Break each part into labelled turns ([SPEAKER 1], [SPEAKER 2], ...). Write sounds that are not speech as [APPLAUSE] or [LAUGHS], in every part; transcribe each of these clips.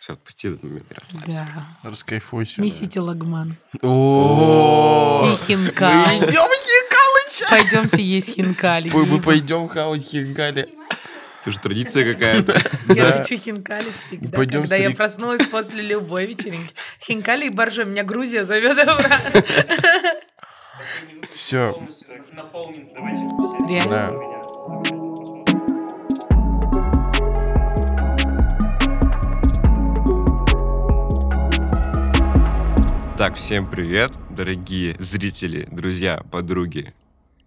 [SPEAKER 1] Все, отпусти этот момент и расслабься.
[SPEAKER 2] Да.
[SPEAKER 1] просто.
[SPEAKER 3] Раскайфуйся.
[SPEAKER 2] Несите лагман.
[SPEAKER 1] О,
[SPEAKER 2] И хинкали.
[SPEAKER 1] Мы идем хинкалыча!
[SPEAKER 2] Пойдемте есть хинкали.
[SPEAKER 1] Ой, мы
[SPEAKER 2] Ива.
[SPEAKER 1] пойдем хавать хинкали. Это же традиция
[SPEAKER 3] [LAUGHS]
[SPEAKER 1] какая-то.
[SPEAKER 2] Я
[SPEAKER 3] Да.
[SPEAKER 2] хочу хинкали всегда.
[SPEAKER 3] Пойдем,
[SPEAKER 2] Когда я
[SPEAKER 3] старик.
[SPEAKER 2] проснулась после любой вечеринки. Хинкали и боржоми. Меня Грузия зовет обратно.
[SPEAKER 3] Все.
[SPEAKER 4] Наполнен. Давайте. все.
[SPEAKER 2] Реально.
[SPEAKER 3] Да.
[SPEAKER 1] Так, всем привет, дорогие зрители, друзья, подруги,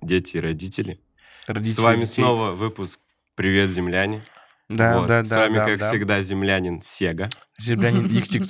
[SPEAKER 1] дети и родители.
[SPEAKER 3] Родители
[SPEAKER 1] С вами
[SPEAKER 3] детей.
[SPEAKER 1] снова выпуск «Привет, земляне».
[SPEAKER 3] Да,
[SPEAKER 1] Вот,
[SPEAKER 3] да, да.
[SPEAKER 1] С вами,
[SPEAKER 3] да,
[SPEAKER 1] как
[SPEAKER 3] да.
[SPEAKER 1] всегда, землянин
[SPEAKER 3] [LAUGHS]
[SPEAKER 1] Сега. [LAUGHS]
[SPEAKER 3] Землянин Ихтик.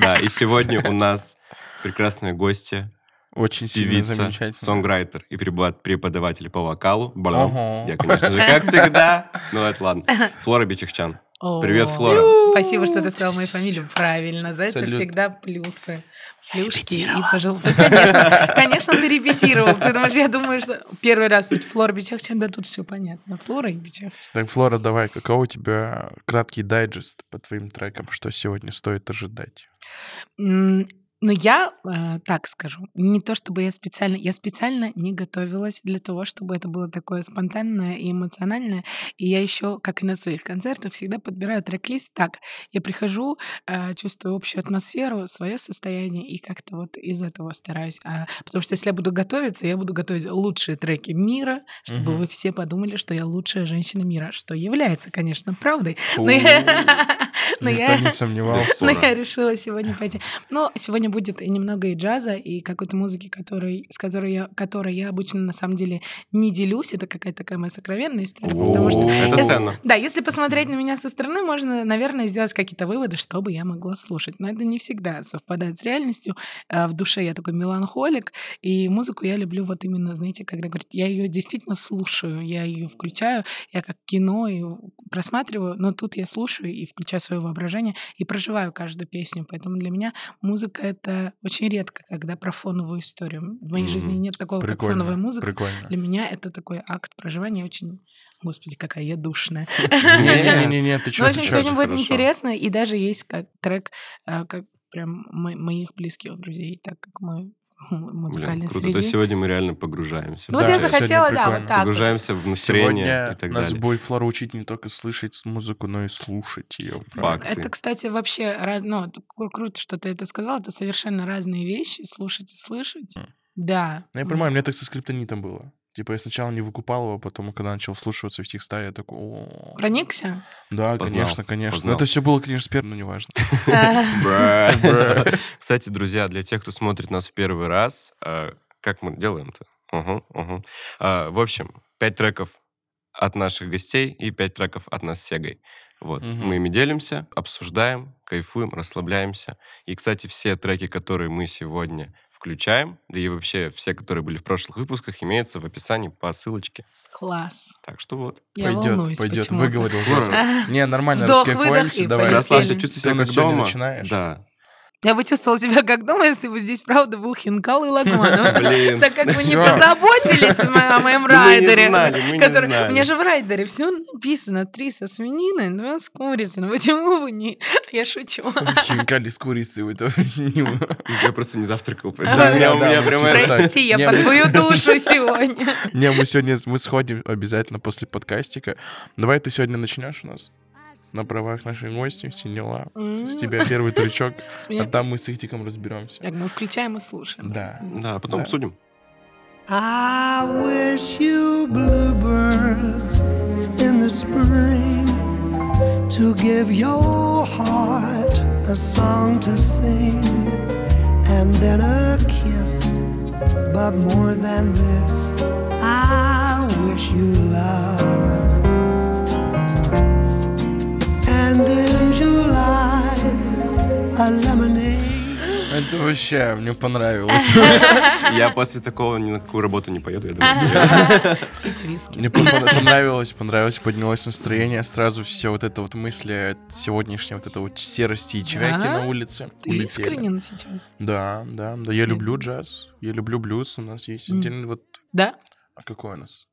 [SPEAKER 1] Да, и сегодня у нас прекрасная гостья,
[SPEAKER 3] Очень сильно
[SPEAKER 1] певица,
[SPEAKER 3] замечательно.
[SPEAKER 1] сонграйтер и препода- преподаватель по вокалу. Блам.
[SPEAKER 3] Ага.
[SPEAKER 1] Я, конечно же, как всегда. Ну, это ладно.
[SPEAKER 2] [LAUGHS]
[SPEAKER 1] Флора Бичихчан.
[SPEAKER 2] О,
[SPEAKER 1] Привет, Флора.
[SPEAKER 2] Спасибо, что ты сказал мою фамилию правильно. За это
[SPEAKER 3] Салют.
[SPEAKER 2] всегда плюсы. Плюшки и пожалуйста. Конечно, конечно, ты репетировал. Ты думаешь, я думаю, что первый раз быть Флора Бичахчан, да тут все понятно. Флора и Бичахчан.
[SPEAKER 3] Так, Флора, давай, какого у тебя краткий дайджест по твоим трекам, что сегодня стоит ожидать?
[SPEAKER 2] [LAUGHS] М, Но я э, так скажу, не то чтобы я специально, я специально не готовилась для того, чтобы это было такое спонтанное и эмоциональное. И я еще, как и на своих концертах, всегда подбираю трек-лист так. Я прихожу, э, чувствую общую атмосферу, свое состояние и как-то вот из этого стараюсь. А, потому что если я буду готовиться, я буду готовить лучшие треки мира, чтобы
[SPEAKER 3] Мгм.
[SPEAKER 2] вы все подумали, что я лучшая женщина мира, что является, конечно, правдой.
[SPEAKER 3] Фу,
[SPEAKER 2] Но Ну, я- [LAUGHS] но
[SPEAKER 3] Никто
[SPEAKER 2] Ну, я- [LAUGHS]
[SPEAKER 3] не сомневался.
[SPEAKER 2] но
[SPEAKER 1] Здорово.
[SPEAKER 2] я решила сегодня пойти. Но сегодня будет и немного и джаза, и какой-то музыки, которой, с которой я, которой я обычно на самом деле не делюсь. Это какая-то такая моя сокровенная история. Потому что...
[SPEAKER 1] Это
[SPEAKER 2] я-
[SPEAKER 1] ценно.
[SPEAKER 2] Да, если посмотреть на меня со стороны, можно, наверное, сделать какие-то выводы, что бы я могла слушать. Но это не всегда совпадает с реальностью. А В душе я такой меланхолик, и музыку я люблю вот именно, знаете, когда говорят, я ее действительно слушаю, я ее включаю, я как кино и просматриваю, но тут я слушаю и включаю свое воображение и проживаю каждую песню. Поэтому для меня музыка — это очень редко, когда про фоновую историю. В моей
[SPEAKER 1] Мгм.
[SPEAKER 2] жизни нет такого, как фоновая
[SPEAKER 3] Прикольно.
[SPEAKER 2] музыка.
[SPEAKER 3] Прикольно.
[SPEAKER 2] Для меня это такой акт проживания очень... Господи, какая я душная.
[SPEAKER 3] Не-не-не, ты
[SPEAKER 2] Ну, в
[SPEAKER 3] что, ты
[SPEAKER 2] общем,
[SPEAKER 3] чё?
[SPEAKER 2] сегодня будет
[SPEAKER 1] хорошо.
[SPEAKER 2] интересно, и даже есть как трек, э, как прям мо- моих близких друзей, так как мы [LAUGHS] в м- музыкальной
[SPEAKER 1] Блин, круто. То есть
[SPEAKER 2] среде.
[SPEAKER 1] сегодня мы реально погружаемся.
[SPEAKER 2] Ну
[SPEAKER 1] в
[SPEAKER 2] вот
[SPEAKER 3] Да,
[SPEAKER 2] я
[SPEAKER 1] процесс.
[SPEAKER 3] захотела
[SPEAKER 2] захотела, да,
[SPEAKER 3] прикольно.
[SPEAKER 2] вот так. вот.
[SPEAKER 1] Погружаемся в настроение
[SPEAKER 3] Сегодня
[SPEAKER 1] и так
[SPEAKER 3] нас
[SPEAKER 1] далее.
[SPEAKER 3] будет Флора учить не только слышать музыку, но и слушать ее.
[SPEAKER 1] Факт.
[SPEAKER 2] Это, кстати, вообще раз- ну, это кру- круто, что ты это сказал. Это совершенно разные вещи. Слушать и слышать.
[SPEAKER 3] М.
[SPEAKER 2] Да.
[SPEAKER 3] Ну, я понимаю, мне так со скриптонитом было. Типа, я сначала не выкупал его, а потом, когда начал вслушиваться в текста, я такой... «О, [LAUGHS]
[SPEAKER 2] Проникся?
[SPEAKER 3] Да,
[SPEAKER 1] Познал,
[SPEAKER 3] конечно, конечно. Но
[SPEAKER 1] познал.
[SPEAKER 3] это все было, конечно, сперва, но неважно.
[SPEAKER 2] Э,
[SPEAKER 3] [LAUGHS]
[SPEAKER 1] Бра. Кстати, друзья, для тех, кто смотрит нас в первый раз, э, как мы делаем-то? Угу, угу. А, В общем, пять треков от наших гостей и пять треков от нас с Сегой. Вот.
[SPEAKER 3] Мгм.
[SPEAKER 1] Мы ими делимся, обсуждаем, кайфуем, расслабляемся. И, кстати, все треки, которые мы сегодня включаем, да и вообще все, которые были в прошлых выпусках, имеются в описании по ссылочке.
[SPEAKER 2] Класс.
[SPEAKER 1] Так что [LAUGHS] вот.
[SPEAKER 2] Я волнуюсь
[SPEAKER 3] пойдет, пойдет.
[SPEAKER 2] почему-то.
[SPEAKER 3] Выговорил
[SPEAKER 1] Здорово.
[SPEAKER 3] жестко. Не, нормально,
[SPEAKER 2] Вдох, выдох
[SPEAKER 3] раскайфуемся,
[SPEAKER 2] и
[SPEAKER 3] давай.
[SPEAKER 2] полетели.
[SPEAKER 1] Расслабься, чувствуй
[SPEAKER 3] Ты
[SPEAKER 1] себя
[SPEAKER 3] у нас
[SPEAKER 1] как
[SPEAKER 3] сегодня
[SPEAKER 1] дома.
[SPEAKER 3] начинаешь? [LAUGHS]
[SPEAKER 1] Да.
[SPEAKER 2] Я бы чувствовала себя как дома, если бы здесь правда был хинкал и
[SPEAKER 3] [LAUGHS]
[SPEAKER 2] лагман.
[SPEAKER 1] Блин.
[SPEAKER 2] Так как вы не
[SPEAKER 3] Всё.
[SPEAKER 2] позаботились о моем
[SPEAKER 1] Мы не
[SPEAKER 2] райдере.
[SPEAKER 1] знали, мы не
[SPEAKER 2] который-
[SPEAKER 1] знали.
[SPEAKER 2] У меня же в райдере все написано. Три со свининой, два с курицей. Ну почему вы не... [LAUGHS] Я шучу.
[SPEAKER 3] Хинкали с курицей. вот это [LAUGHS] не-
[SPEAKER 1] Я просто не завтракал. поэтому
[SPEAKER 2] Да,
[SPEAKER 1] у меня- у
[SPEAKER 3] да,
[SPEAKER 1] меня
[SPEAKER 3] вот
[SPEAKER 1] прямо
[SPEAKER 3] типа
[SPEAKER 1] это-
[SPEAKER 3] так.
[SPEAKER 2] Прости, я
[SPEAKER 3] Не,
[SPEAKER 2] под
[SPEAKER 3] мы-
[SPEAKER 2] твою
[SPEAKER 1] ну, [LAUGHS]
[SPEAKER 2] душу сегодня.
[SPEAKER 3] Не, мы сегодня мы сходим обязательно после подкастика. Давай ты сегодня начнешь у нас на правах нашей гости, все дела. С тебя
[SPEAKER 2] [LAUGHS]
[SPEAKER 3] первый трючок,
[SPEAKER 2] С
[SPEAKER 3] а
[SPEAKER 2] меня-
[SPEAKER 3] там мы с Ихтиком разберемся.
[SPEAKER 2] Так, мы включаем и слушаем.
[SPEAKER 3] Да.
[SPEAKER 1] Да, потом
[SPEAKER 3] Да.
[SPEAKER 1] обсудим.
[SPEAKER 5] I wish you bluebirds in the spring to give your heart a song to sing and then a kiss. But more than this, I wish you love. And in July, a lemonade.
[SPEAKER 3] Это вообще мне понравилось.
[SPEAKER 1] [LAUGHS] Я после такого ни на какую работу не поеду, я думаю.
[SPEAKER 2] Пить виски.
[SPEAKER 3] Мне пон- пон- понравилось, понравилось, поднялось настроение. Сразу все вот это вот мысли от сегодняшней вот это вот серости и чевяки
[SPEAKER 2] Да?
[SPEAKER 3] на улице.
[SPEAKER 2] Ты
[SPEAKER 3] улетели.
[SPEAKER 2] искренен сейчас.
[SPEAKER 3] Да, да, да. Я люблю джаз, я люблю блюз. У нас есть
[SPEAKER 2] М.
[SPEAKER 3] отдельный вот...
[SPEAKER 2] Да?
[SPEAKER 3] А какой у нас?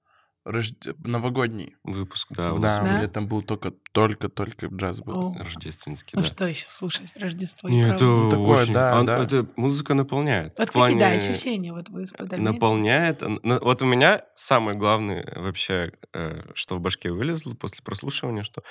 [SPEAKER 3] рожде- новогодний.
[SPEAKER 1] Выпуск, да.
[SPEAKER 3] Да,
[SPEAKER 2] Да?
[SPEAKER 3] у меня там был только, только, только джаз был.
[SPEAKER 2] О,
[SPEAKER 1] вот, Рождественский,
[SPEAKER 2] Ну
[SPEAKER 1] да.
[SPEAKER 2] что еще слушать в Рождество? и
[SPEAKER 1] Не, это
[SPEAKER 2] Хэллоуин?
[SPEAKER 3] Такое,
[SPEAKER 1] очень-
[SPEAKER 3] да,
[SPEAKER 1] он-
[SPEAKER 3] да.
[SPEAKER 1] это музыка наполняет.
[SPEAKER 2] Вот
[SPEAKER 1] В
[SPEAKER 2] какие, да,
[SPEAKER 1] плане-
[SPEAKER 2] ощущения вот вы испытали?
[SPEAKER 1] Наполняет. Н- на- Вот у меня самое главное вообще, э, что в башке вылезло после прослушивания, что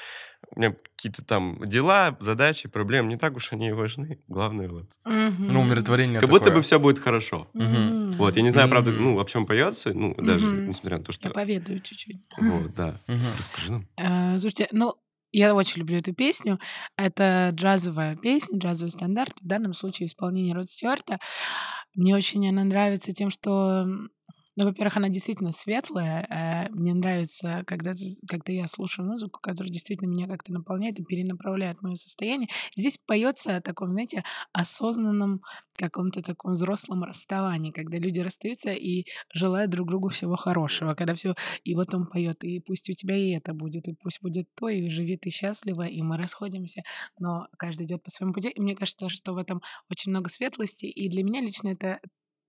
[SPEAKER 1] у меня какие-то там дела, задачи, проблемы, не так уж они и важны. Главное вот.
[SPEAKER 2] Мгм.
[SPEAKER 3] Ну, умиротворение
[SPEAKER 1] Как будто
[SPEAKER 3] такое.
[SPEAKER 1] бы все будет хорошо.
[SPEAKER 2] Мгм.
[SPEAKER 1] Вот, я не знаю, правда,
[SPEAKER 3] Мгм.
[SPEAKER 1] ну, о чем поется, ну, даже
[SPEAKER 2] Мгм.
[SPEAKER 1] несмотря на то, что...
[SPEAKER 2] Я поведаю чуть-чуть.
[SPEAKER 1] Вот, да.
[SPEAKER 3] Мгм.
[SPEAKER 1] Расскажи нам.
[SPEAKER 2] Э, Слушайте, ну, я очень люблю эту песню. Это джазовая песня, джазовый стандарт. В данном случае исполнение Род Стюарта. Мне очень она нравится тем, что... м, Ну, во-первых, она действительно светлая. э, Мне нравится, когда, ты- когда я слушаю музыку, которая действительно меня как-то наполняет и перенаправляет мое состояние. Здесь поется о таком, знаете, осознанном каком-то таком взрослом расставании, когда люди расстаются и желают друг другу всего хорошего, когда все и вот он поет, и пусть у тебя и это будет, и пусть будет то, и живи ты счастливо, и мы расходимся, но каждый идет по своему пути. И мне кажется, что в этом очень много светлости, и для меня лично это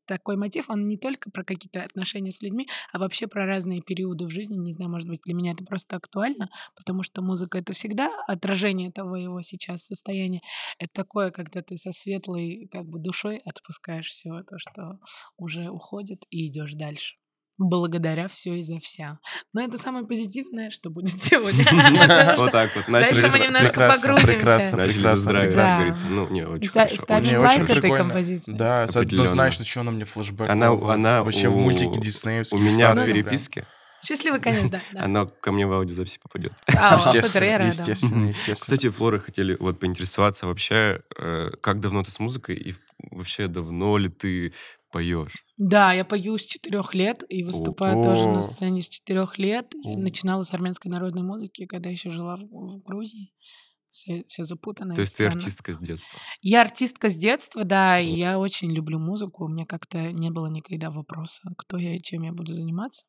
[SPEAKER 2] такой мотив, он не только про какие-то отношения с людьми, а вообще про разные периоды в жизни. Не знаю, может быть, для меня это просто актуально, потому что музыка — это всегда отражение того его сейчас состояния. Это такое, когда ты со светлой как бы душой отпускаешь все то, что уже уходит, и идешь дальше. Благодаря все и за вся. Но это самое позитивное, что будет [LAUGHS] сегодня. Потому
[SPEAKER 1] [LAUGHS] Вот
[SPEAKER 2] что
[SPEAKER 1] так вот.
[SPEAKER 2] Дальше
[SPEAKER 1] Начали
[SPEAKER 2] мы
[SPEAKER 1] за-
[SPEAKER 2] немножко
[SPEAKER 3] прекрасно,
[SPEAKER 2] погрузимся.
[SPEAKER 3] прекрасно,
[SPEAKER 1] Начали за
[SPEAKER 3] прекрасно,
[SPEAKER 1] здравие,
[SPEAKER 2] Да.
[SPEAKER 1] как
[SPEAKER 3] прекрасно.
[SPEAKER 1] говорится. Ну, не, очень
[SPEAKER 2] ста-
[SPEAKER 1] хорошо.
[SPEAKER 2] Ставишь
[SPEAKER 3] Мне
[SPEAKER 2] лайк
[SPEAKER 3] очень
[SPEAKER 2] этой
[SPEAKER 3] прикольно.
[SPEAKER 2] композиции.
[SPEAKER 3] Да,
[SPEAKER 1] Определенно.
[SPEAKER 3] однозначно еще она мне флешбэк.
[SPEAKER 1] Она-
[SPEAKER 3] дала.
[SPEAKER 1] она
[SPEAKER 3] вообще в
[SPEAKER 1] у-
[SPEAKER 3] мультике диснеевские.
[SPEAKER 1] У меня в
[SPEAKER 3] старые, прям.
[SPEAKER 1] переписке
[SPEAKER 2] Счастливый конец, да.
[SPEAKER 3] [LAUGHS]
[SPEAKER 2] да.
[SPEAKER 1] она ко мне в аудиозаписи попадет.
[SPEAKER 2] А, о, супер, я
[SPEAKER 3] Естественно,
[SPEAKER 2] рада.
[SPEAKER 3] естественно, естественно.
[SPEAKER 1] Кстати, Флоры хотели вот поинтересоваться вообще, э, как давно ты с музыкой и в- вообще давно ли ты поешь?
[SPEAKER 2] Да, я пою с четырех лет и выступаю
[SPEAKER 3] О.
[SPEAKER 2] тоже на сцене с четырех лет. И
[SPEAKER 3] О.
[SPEAKER 2] начинала с армянской народной музыки, когда еще жила в, в Грузии. Все, все запутано.
[SPEAKER 1] То
[SPEAKER 2] и
[SPEAKER 1] есть ты
[SPEAKER 2] странно.
[SPEAKER 1] артистка с детства.
[SPEAKER 2] Я артистка с детства, да, и я очень люблю музыку. У меня как-то не было никогда вопроса, кто я и чем я буду заниматься.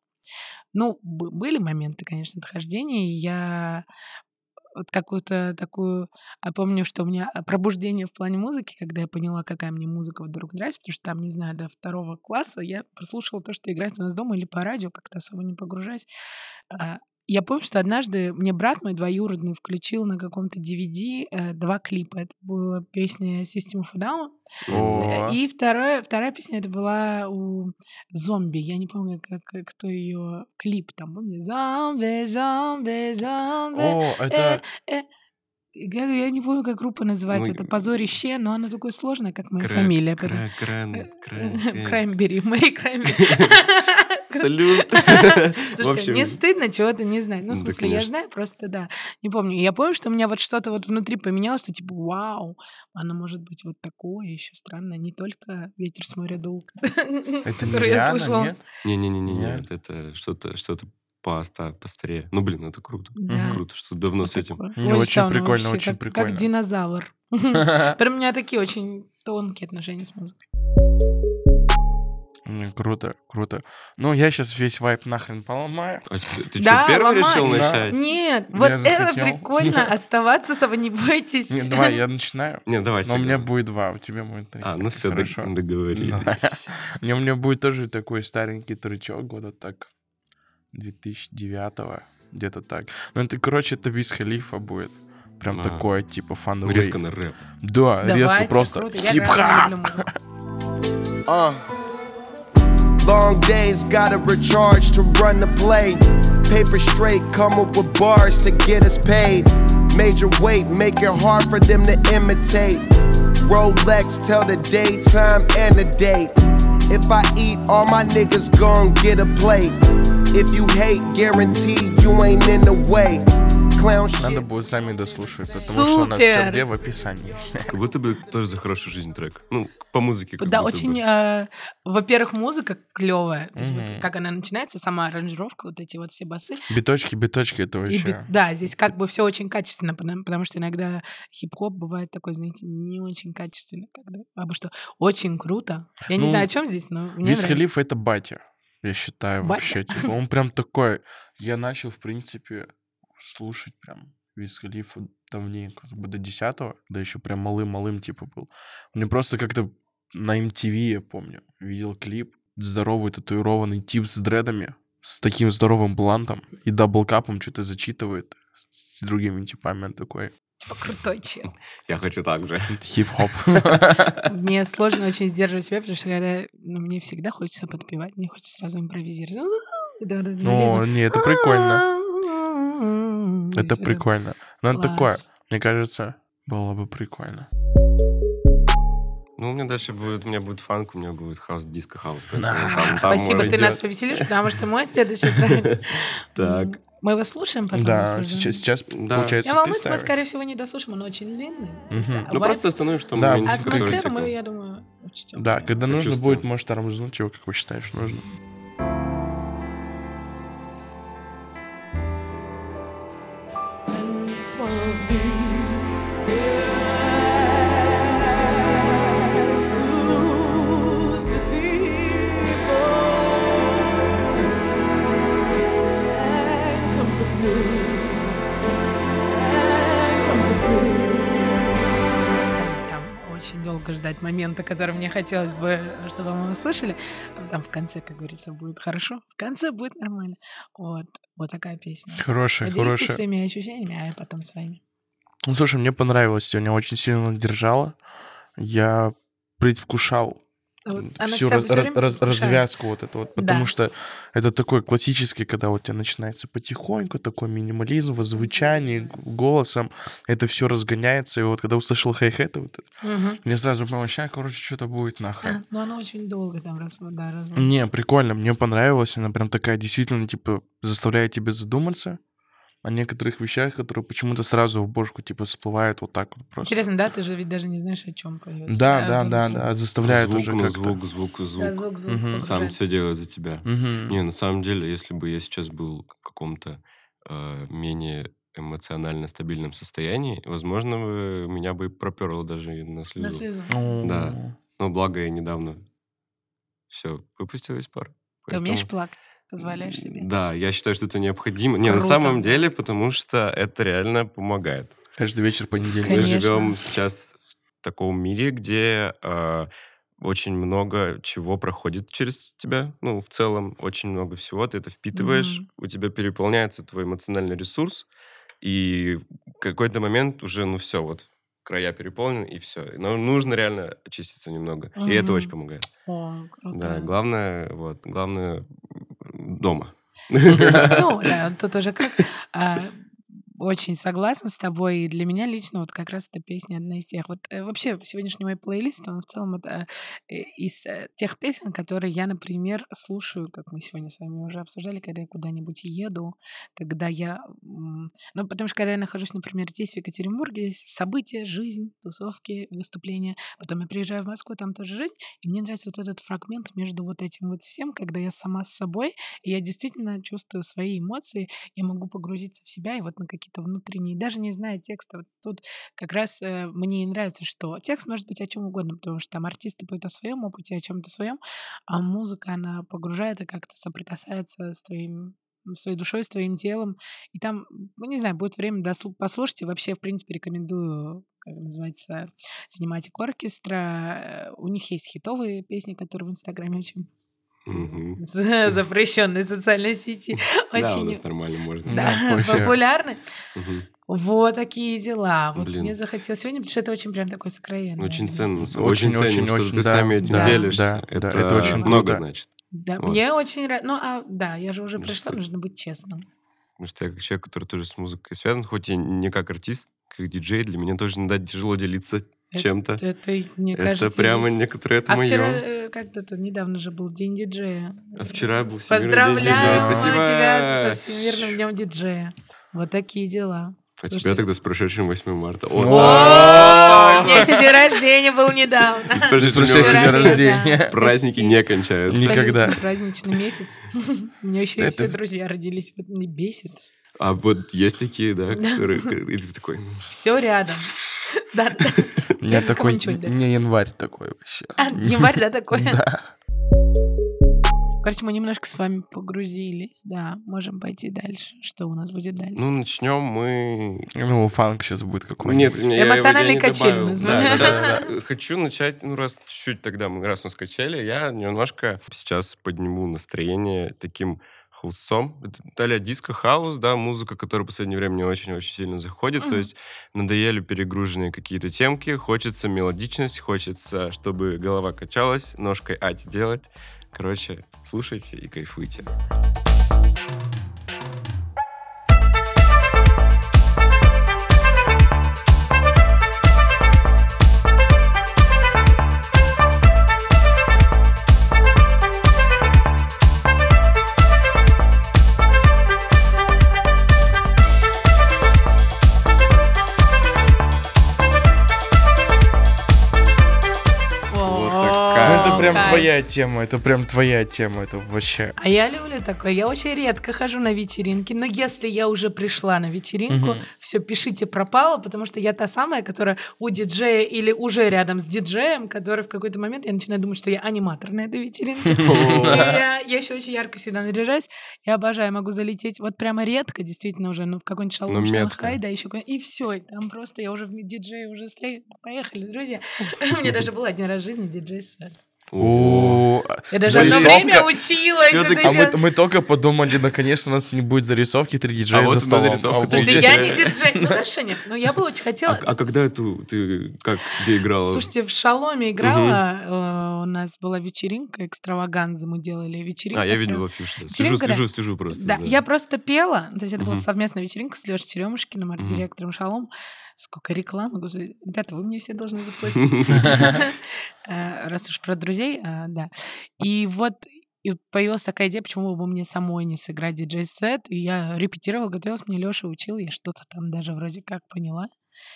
[SPEAKER 2] Ну, бы- были моменты, конечно, отхождения. и Я вот какую-то такую... А помню, что у меня пробуждение в плане музыки, когда я поняла, какая мне музыка вдруг нравится, потому что там, не знаю, до второго класса я прослушала то, что играет у нас дома или по радио, как-то особо не погружаясь. А, Я помню, что однажды мне брат мой двоюродный включил на каком-то DVD э, два клипа. Это была песня System of a Down, Э,
[SPEAKER 1] М.
[SPEAKER 3] О.
[SPEAKER 2] и второе, вторая песня это была у зомби. Я не помню, как, э, кто ее клип там. Помню? Зомби, зомби, зомби.
[SPEAKER 3] О, это...
[SPEAKER 2] И Я, говорю, я не помню, как группа называется.
[SPEAKER 1] Ну,
[SPEAKER 2] это позорище, но она такое сложное, как моя
[SPEAKER 1] Крэк,
[SPEAKER 2] фамилия. поэтому-
[SPEAKER 1] крэк,
[SPEAKER 2] [LAUGHS] Э,
[SPEAKER 1] крэн, крэн, крэн.
[SPEAKER 2] Краймбери, Мэри Краймбери.
[SPEAKER 3] [LAUGHS]
[SPEAKER 2] [LAUGHS]
[SPEAKER 1] Салют. В
[SPEAKER 2] Слушайте,
[SPEAKER 1] общем,
[SPEAKER 2] мне стыдно чего-то не знать.
[SPEAKER 1] Ну,
[SPEAKER 2] Ну, в
[SPEAKER 1] да,
[SPEAKER 2] смысле, я
[SPEAKER 1] конечно.
[SPEAKER 2] знаю, просто да, не помню. И я помню, что у меня вот что-то вот внутри поменялось, что типа, вау, оно может быть вот такое, еще странно, не только ветер с моря дул, [LAUGHS]
[SPEAKER 3] Это
[SPEAKER 2] э, который я
[SPEAKER 3] Мириана,
[SPEAKER 2] слышала.
[SPEAKER 3] нет?
[SPEAKER 1] Не-не-не,
[SPEAKER 3] Нет.
[SPEAKER 1] нет, это что-то что-то поста- постарее. Ну, блин, это круто.
[SPEAKER 2] Да.
[SPEAKER 1] Круто, что давно
[SPEAKER 2] Вот
[SPEAKER 1] с этим.
[SPEAKER 2] такое.
[SPEAKER 3] Не,
[SPEAKER 2] Ой,
[SPEAKER 3] очень
[SPEAKER 2] странно
[SPEAKER 3] прикольно,
[SPEAKER 2] вообще,
[SPEAKER 3] очень
[SPEAKER 2] как-
[SPEAKER 3] прикольно.
[SPEAKER 2] Как
[SPEAKER 3] [LAUGHS]
[SPEAKER 2] динозавр. [LAUGHS] Прям у меня такие очень тонкие отношения с музыкой.
[SPEAKER 3] М, Круто, круто. Ну, я сейчас весь вайп нахрен поломаю.
[SPEAKER 1] А ты- Ты
[SPEAKER 2] Да,
[SPEAKER 1] что, первый
[SPEAKER 2] ломай.
[SPEAKER 1] решил
[SPEAKER 3] Да.
[SPEAKER 1] начать?
[SPEAKER 2] Нет,
[SPEAKER 3] Я
[SPEAKER 2] вот это
[SPEAKER 3] захотел. [LAUGHS]
[SPEAKER 2] прикольно, оставаться с собой, не бойтесь.
[SPEAKER 3] Не, давай, я начинаю.
[SPEAKER 1] Не, давай.
[SPEAKER 3] Но у меня
[SPEAKER 1] Сергей.
[SPEAKER 3] будет два, у тебя будет три.
[SPEAKER 1] А, ну все,
[SPEAKER 3] Хорошо.
[SPEAKER 1] договорились. [LAUGHS]
[SPEAKER 3] У меня, у меня будет тоже такой старенький трючок, года так 2009 где-то так. Ну, это, короче, это Виз Халифа будет. Прям
[SPEAKER 1] А.
[SPEAKER 3] такое, типа, фан
[SPEAKER 1] Мы резко на рэп.
[SPEAKER 3] Да, резко
[SPEAKER 2] Давайте,
[SPEAKER 3] просто.
[SPEAKER 2] круто, я реально люблю музыку.
[SPEAKER 6] Uh. Long days, gotta recharge to run the play. Paper straight, come up with bars to get us paid. Major weight, make it hard for them to imitate. Rolex, tell the daytime and the date. If I eat, all my niggas gon' get a plate. If you hate, guarantee you ain't in the way. Clown shit.
[SPEAKER 3] Надо будет сами дослушать, потому что у нас все
[SPEAKER 2] Супер!
[SPEAKER 3] где в описании.
[SPEAKER 1] Как будто бы тоже за хорошую жизнь трек. Ну, по музыке. как
[SPEAKER 2] Да,
[SPEAKER 1] будто бы.
[SPEAKER 2] очень, э, во-первых, музыка клевая, то есть вот как она начинается, сама аранжировка, вот эти вот все басы.
[SPEAKER 3] Биточки, биточки, это
[SPEAKER 2] И бит-
[SPEAKER 3] вообще...
[SPEAKER 2] да, здесь как бы все очень качественно, потому, потому что иногда хип-хоп бывает такой, знаете, не очень качественно, когда, потому что очень круто. Я не
[SPEAKER 3] Ну,
[SPEAKER 2] знаю, о чем здесь, но мне
[SPEAKER 3] Виз
[SPEAKER 2] нравится.
[SPEAKER 3] Халифа это батя, я считаю,
[SPEAKER 2] Батя?
[SPEAKER 3] вообще. Типа, он прям такой. Я начал, в принципе, слушать прям Виз Халифа давненько, как бы до 10 да еще прям малым-малым типа был. Мне просто как-то на MTV, я помню, видел клип, здоровый татуированный тип с дредами. с таким здоровым блантом и даблкапом что-то зачитывает с другими типами. Он такой
[SPEAKER 2] Типа крутой чел.
[SPEAKER 3] [LAUGHS]
[SPEAKER 1] Я хочу так же.
[SPEAKER 2] [LAUGHS]
[SPEAKER 3] хип-хоп.
[SPEAKER 2] Мне сложно очень сдерживать себя, потому что когда ну, мне всегда хочется подпевать, мне хочется сразу импровизировать. Да, да, да,
[SPEAKER 3] Ну,
[SPEAKER 2] лезу.
[SPEAKER 3] не, это
[SPEAKER 2] [LAUGHS]
[SPEAKER 3] прикольно.
[SPEAKER 2] То есть
[SPEAKER 3] Это прикольно. Надо такое.
[SPEAKER 2] класс.
[SPEAKER 3] Мне кажется, было бы прикольно.
[SPEAKER 1] Ну, у меня дальше будет, у меня будет фанк, у меня будет хаос, диско хаус. поэтому
[SPEAKER 3] Да.
[SPEAKER 1] там- там
[SPEAKER 2] Спасибо,
[SPEAKER 1] мой-
[SPEAKER 2] ты
[SPEAKER 3] идет.
[SPEAKER 2] нас повеселишь, потому что мой следующий
[SPEAKER 3] [LAUGHS]
[SPEAKER 2] трек.
[SPEAKER 1] Так.
[SPEAKER 2] Мы его слушаем потом.
[SPEAKER 3] Да,
[SPEAKER 2] обсуждаем?
[SPEAKER 3] сейчас, сейчас
[SPEAKER 1] Да.
[SPEAKER 3] получается
[SPEAKER 2] Я
[SPEAKER 3] ты
[SPEAKER 2] волнуюсь, мы,
[SPEAKER 3] ставишь.
[SPEAKER 2] скорее всего, не дослушаем, он очень длинный.
[SPEAKER 3] Мгм.
[SPEAKER 1] Ну,
[SPEAKER 2] Вайб-
[SPEAKER 1] просто остановишь там
[SPEAKER 3] Да,
[SPEAKER 1] моменте,
[SPEAKER 3] абсолютно.
[SPEAKER 1] который
[SPEAKER 2] Атмосферу
[SPEAKER 1] типа-
[SPEAKER 2] мы, я думаю, учтем.
[SPEAKER 3] Да, когда
[SPEAKER 1] Я
[SPEAKER 3] нужно
[SPEAKER 1] чувствую.
[SPEAKER 3] будет, можешь тормознуть его, как вы считаешь нужно.
[SPEAKER 2] Там очень долго ждать момента, который мне хотелось бы, чтобы мы услышали. А Там в конце, как говорится, будет хорошо. В конце будет нормально. Вот, вот такая песня.
[SPEAKER 3] Хорошая,
[SPEAKER 2] Поделитесь
[SPEAKER 3] хорошая.
[SPEAKER 2] своими ощущениями, а я потом с вами.
[SPEAKER 3] Ну, слушай, мне понравилось сегодня, очень сильно держала. Я предвкушал
[SPEAKER 2] А Вот
[SPEAKER 3] м,
[SPEAKER 2] она
[SPEAKER 3] всю
[SPEAKER 2] вся
[SPEAKER 3] раз-
[SPEAKER 2] всё время
[SPEAKER 3] раз-
[SPEAKER 2] предвкушает.
[SPEAKER 3] развязку вот эту вот, потому
[SPEAKER 2] Да.
[SPEAKER 3] что это такой классический, когда вот у тебя начинается потихоньку такой минимализм в звучании, г- голосом, это все разгоняется, и вот когда услышал хай-хет, вот, это,
[SPEAKER 2] Мгм.
[SPEAKER 3] мне сразу понял, сейчас, короче, что-то будет нахрен.
[SPEAKER 2] А, ну, она очень долго там раз, да, раз-
[SPEAKER 3] Не, прикольно, мне понравилось. Она прям такая действительно, типа, заставляет тебя задуматься о некоторых вещах, которые почему-то сразу в бошку, типа, всплывают вот так вот просто.
[SPEAKER 2] Интересно, да, ты же ведь даже не знаешь, о чем поется.
[SPEAKER 3] Да, да, да, да, заставляет
[SPEAKER 1] звук,
[SPEAKER 3] уже
[SPEAKER 1] ну,
[SPEAKER 3] как-то.
[SPEAKER 1] звук, звук,
[SPEAKER 2] Да,
[SPEAKER 1] звук.
[SPEAKER 2] звук, звук.
[SPEAKER 3] Мгм.
[SPEAKER 2] погружает.
[SPEAKER 1] Сам все делает за тебя.
[SPEAKER 3] Мгм.
[SPEAKER 1] Не, на самом деле, если бы я сейчас был в каком-то э, менее эмоционально стабильном состоянии, возможно, бы меня бы и проперло даже и на
[SPEAKER 2] На
[SPEAKER 1] слезу.
[SPEAKER 2] слезу.
[SPEAKER 3] Ну,
[SPEAKER 1] Да. Но благо я недавно все выпустил из пар.
[SPEAKER 2] Ты
[SPEAKER 1] поэтому-
[SPEAKER 2] умеешь плакать? Позволяешь себе?
[SPEAKER 1] Да, я считаю, что это необходимо. Не, на
[SPEAKER 2] Круто.
[SPEAKER 1] самом деле, потому что это реально помогает.
[SPEAKER 3] Каждый
[SPEAKER 2] [LAUGHS]
[SPEAKER 3] вечер понедельник.
[SPEAKER 2] Конечно.
[SPEAKER 1] Мы живем сейчас в таком мире, где э, очень много чего проходит через тебя. Ну, в целом, очень много всего. Ты это впитываешь,
[SPEAKER 2] Мгм.
[SPEAKER 1] у тебя переполняется твой эмоциональный ресурс, и в какой-то момент уже, ну, все, вот края переполнены, и все. Но нужно реально очиститься немного. И это
[SPEAKER 2] Мгм.
[SPEAKER 1] очень помогает.
[SPEAKER 2] О, круто.
[SPEAKER 1] Да, главное, вот, главное м, [LAUGHS] дома.
[SPEAKER 2] Ну, да, тут уже как... а, Очень согласна с тобой. И для меня лично вот как раз эта песня одна из тех. Вот э, вообще сегодняшний мой плейлист, он в целом это э, из э, тех песен, которые я, например, слушаю, как мы сегодня с вами уже обсуждали, когда я куда-нибудь еду, когда я... м, Ну, потому что когда я нахожусь, например, здесь, в Екатеринбурге, есть события, жизнь, тусовки, выступления. Потом я приезжаю в Москву, там тоже жизнь. И мне нравится вот этот фрагмент между вот этим вот всем, когда я сама с собой, и я действительно чувствую свои эмоции, я могу погрузиться в себя и вот на какие-то внутренние, даже не зная текста. Вот тут как раз э, мне и нравится, что текст может быть о чем угодно, потому что там артисты поют о своем опыте, о чем-то своем, а музыка, она погружает и как-то соприкасается с твоим с своей душой, с твоим телом. И там, ну, не знаю, будет время дослу- послушать. И вообще, в принципе, рекомендую, как называется, синематик оркестра. Э, У них есть хитовые песни, которые в Инстаграме очень
[SPEAKER 1] Мгм.
[SPEAKER 2] запрещенной социальной сети.
[SPEAKER 1] Да, у нас
[SPEAKER 2] Очень
[SPEAKER 1] нормально можно.
[SPEAKER 2] [LAUGHS]
[SPEAKER 3] Да,
[SPEAKER 2] да,
[SPEAKER 3] вообще.
[SPEAKER 2] популярны.
[SPEAKER 1] Мгм.
[SPEAKER 2] Вот такие дела. Вот
[SPEAKER 1] Блин.
[SPEAKER 2] мне захотелось сегодня, потому что это очень прям такой сокровенный.
[SPEAKER 1] Очень ценно.
[SPEAKER 3] Очень,
[SPEAKER 1] Очень, ценим,
[SPEAKER 3] очень,
[SPEAKER 1] что
[SPEAKER 3] очень,
[SPEAKER 1] ты с
[SPEAKER 3] да,
[SPEAKER 1] нами этим
[SPEAKER 2] да,
[SPEAKER 1] делишься.
[SPEAKER 3] да,
[SPEAKER 1] это,
[SPEAKER 3] да, это очень
[SPEAKER 1] много
[SPEAKER 3] круто.
[SPEAKER 1] значит.
[SPEAKER 2] Да,
[SPEAKER 1] Вот.
[SPEAKER 2] мне очень нравится. Ну, а да, я же уже
[SPEAKER 1] Ну,
[SPEAKER 2] пришла,
[SPEAKER 1] что-
[SPEAKER 2] нужно быть
[SPEAKER 1] [LAUGHS]
[SPEAKER 2] честным.
[SPEAKER 1] Потому что я как человек, который тоже с музыкой связан, хоть и не как артист, как диджей, для меня тоже иногда тяжело делиться чем-то.
[SPEAKER 2] Это, это, мне
[SPEAKER 1] Это
[SPEAKER 2] кажется...
[SPEAKER 1] прямо некоторые это
[SPEAKER 2] А
[SPEAKER 1] мое.
[SPEAKER 2] вчера, э, как-то это недавно же был день диджея.
[SPEAKER 1] А вчера был Всемирный день
[SPEAKER 2] Поздравляю
[SPEAKER 1] диджея. Спасибо.
[SPEAKER 2] тебя со Всемирным днем диджея. Вот такие дела.
[SPEAKER 1] А
[SPEAKER 2] Слушайте.
[SPEAKER 1] тебя тогда с прошедшим 8 марта.
[SPEAKER 2] О, у меня еще день рождения был недавно.
[SPEAKER 1] С прошедшим
[SPEAKER 3] С прошедшим
[SPEAKER 1] днем
[SPEAKER 3] днем
[SPEAKER 1] рождения.
[SPEAKER 2] рождения.
[SPEAKER 1] Праздники не кончаются.
[SPEAKER 2] Абсолютно
[SPEAKER 3] Никогда.
[SPEAKER 2] Праздничный месяц. [LAUGHS] У меня еще и
[SPEAKER 3] Это-
[SPEAKER 2] все друзья родились. Вот мне бесит.
[SPEAKER 1] А вот есть такие, да,
[SPEAKER 2] Да.
[SPEAKER 1] которые... И ты такой... ну,
[SPEAKER 2] Все рядом. Да, да.
[SPEAKER 3] У меня
[SPEAKER 2] Я
[SPEAKER 3] такой,
[SPEAKER 2] никому ничего не
[SPEAKER 3] мне январь такой вообще.
[SPEAKER 2] А, Январь, да, такое?
[SPEAKER 3] Да.
[SPEAKER 2] Короче, мы немножко с вами погрузились. Да, можем пойти дальше. Что у нас будет дальше?
[SPEAKER 1] Ну, начнем мы
[SPEAKER 3] Ну, фанк сейчас будет
[SPEAKER 1] Нет,
[SPEAKER 3] какой-нибудь.
[SPEAKER 1] у меня- я его- я
[SPEAKER 2] Эмоциональные
[SPEAKER 1] не
[SPEAKER 2] качели
[SPEAKER 1] добавил. Да,
[SPEAKER 2] называем.
[SPEAKER 1] да, да,
[SPEAKER 2] [LAUGHS]
[SPEAKER 1] да. Хочу начать, ну, раз чуть-чуть тогда, мы раз мы скачали, я немножко сейчас подниму настроение таким хаусцом. Это а-ля диско-хаус, да, музыка, которая в последнее время мне очень-очень сильно заходит.
[SPEAKER 2] Мгм.
[SPEAKER 1] То есть надоели перегруженные какие-то темки, хочется мелодичность, хочется, чтобы голова качалась, ножкой ать делать. Короче, слушайте и кайфуйте. Вот такая.
[SPEAKER 3] Ну, это прям
[SPEAKER 2] Кайф.
[SPEAKER 3] твоя тема, это прям твоя тема, это вообще.
[SPEAKER 2] А я люблю такое. Я очень редко хожу на вечеринки, но если я уже пришла на вечеринку,
[SPEAKER 3] Мгм.
[SPEAKER 2] все, пишите пропало, потому что я та самая, которая у диджея или уже рядом с диджеем, который в какой-то момент я начинаю думать, что я аниматор на этой вечеринке. И Я, еще очень ярко всегда наряжаюсь. Я обожаю, могу залететь вот прямо редко, действительно уже, ну в какой-нибудь шалом
[SPEAKER 1] Ну, метко.
[SPEAKER 2] Шанхай, да, еще и все, там просто я уже в ми- диджее уже слей, поехали, друзья. У меня даже был один раз в жизни диджей сет.
[SPEAKER 1] О,
[SPEAKER 2] Я даже одно
[SPEAKER 3] Зарисовка.
[SPEAKER 2] время училась.
[SPEAKER 1] Всё-таки-
[SPEAKER 2] это
[SPEAKER 3] А мы,
[SPEAKER 2] делать.
[SPEAKER 3] мы только подумали, наконец, у нас не будет зарисовки, три диджея
[SPEAKER 1] А вот
[SPEAKER 3] за
[SPEAKER 1] у нас
[SPEAKER 3] столом.
[SPEAKER 1] зарисовка,
[SPEAKER 3] вот
[SPEAKER 1] три
[SPEAKER 2] Подожди,
[SPEAKER 1] диджея.
[SPEAKER 2] я не диджей.
[SPEAKER 1] [LAUGHS]
[SPEAKER 2] Ну хорошо, нет. Ну я бы очень
[SPEAKER 1] А,
[SPEAKER 2] хотела.
[SPEAKER 1] а когда эту ты как где играла?
[SPEAKER 2] Слушайте, в Шаломе играла, э, у нас была вечеринка, экстраваганза мы делали вечеринку.
[SPEAKER 1] а, я видел Афиш. Да. Слежу,
[SPEAKER 2] Вечеринка, да.
[SPEAKER 1] слежу, слежу просто.
[SPEAKER 2] Да,
[SPEAKER 1] за-
[SPEAKER 2] я просто пела, то есть это была
[SPEAKER 1] Мгм.
[SPEAKER 2] совместная вечеринка с Лешей Черемушкиным,
[SPEAKER 1] Мгм.
[SPEAKER 2] арт-директором Шалом. Сколько рекламы, господи. ребята, вы мне все должны
[SPEAKER 1] [LAUGHS]
[SPEAKER 2] заплатить. Э, Раз уж про друзей, э, да. И вот и появилась такая идея, почему бы мне самой не сыграть диджей-сет. И я репетировала, готовилась, мне Леша учил, я что-то там даже вроде как поняла.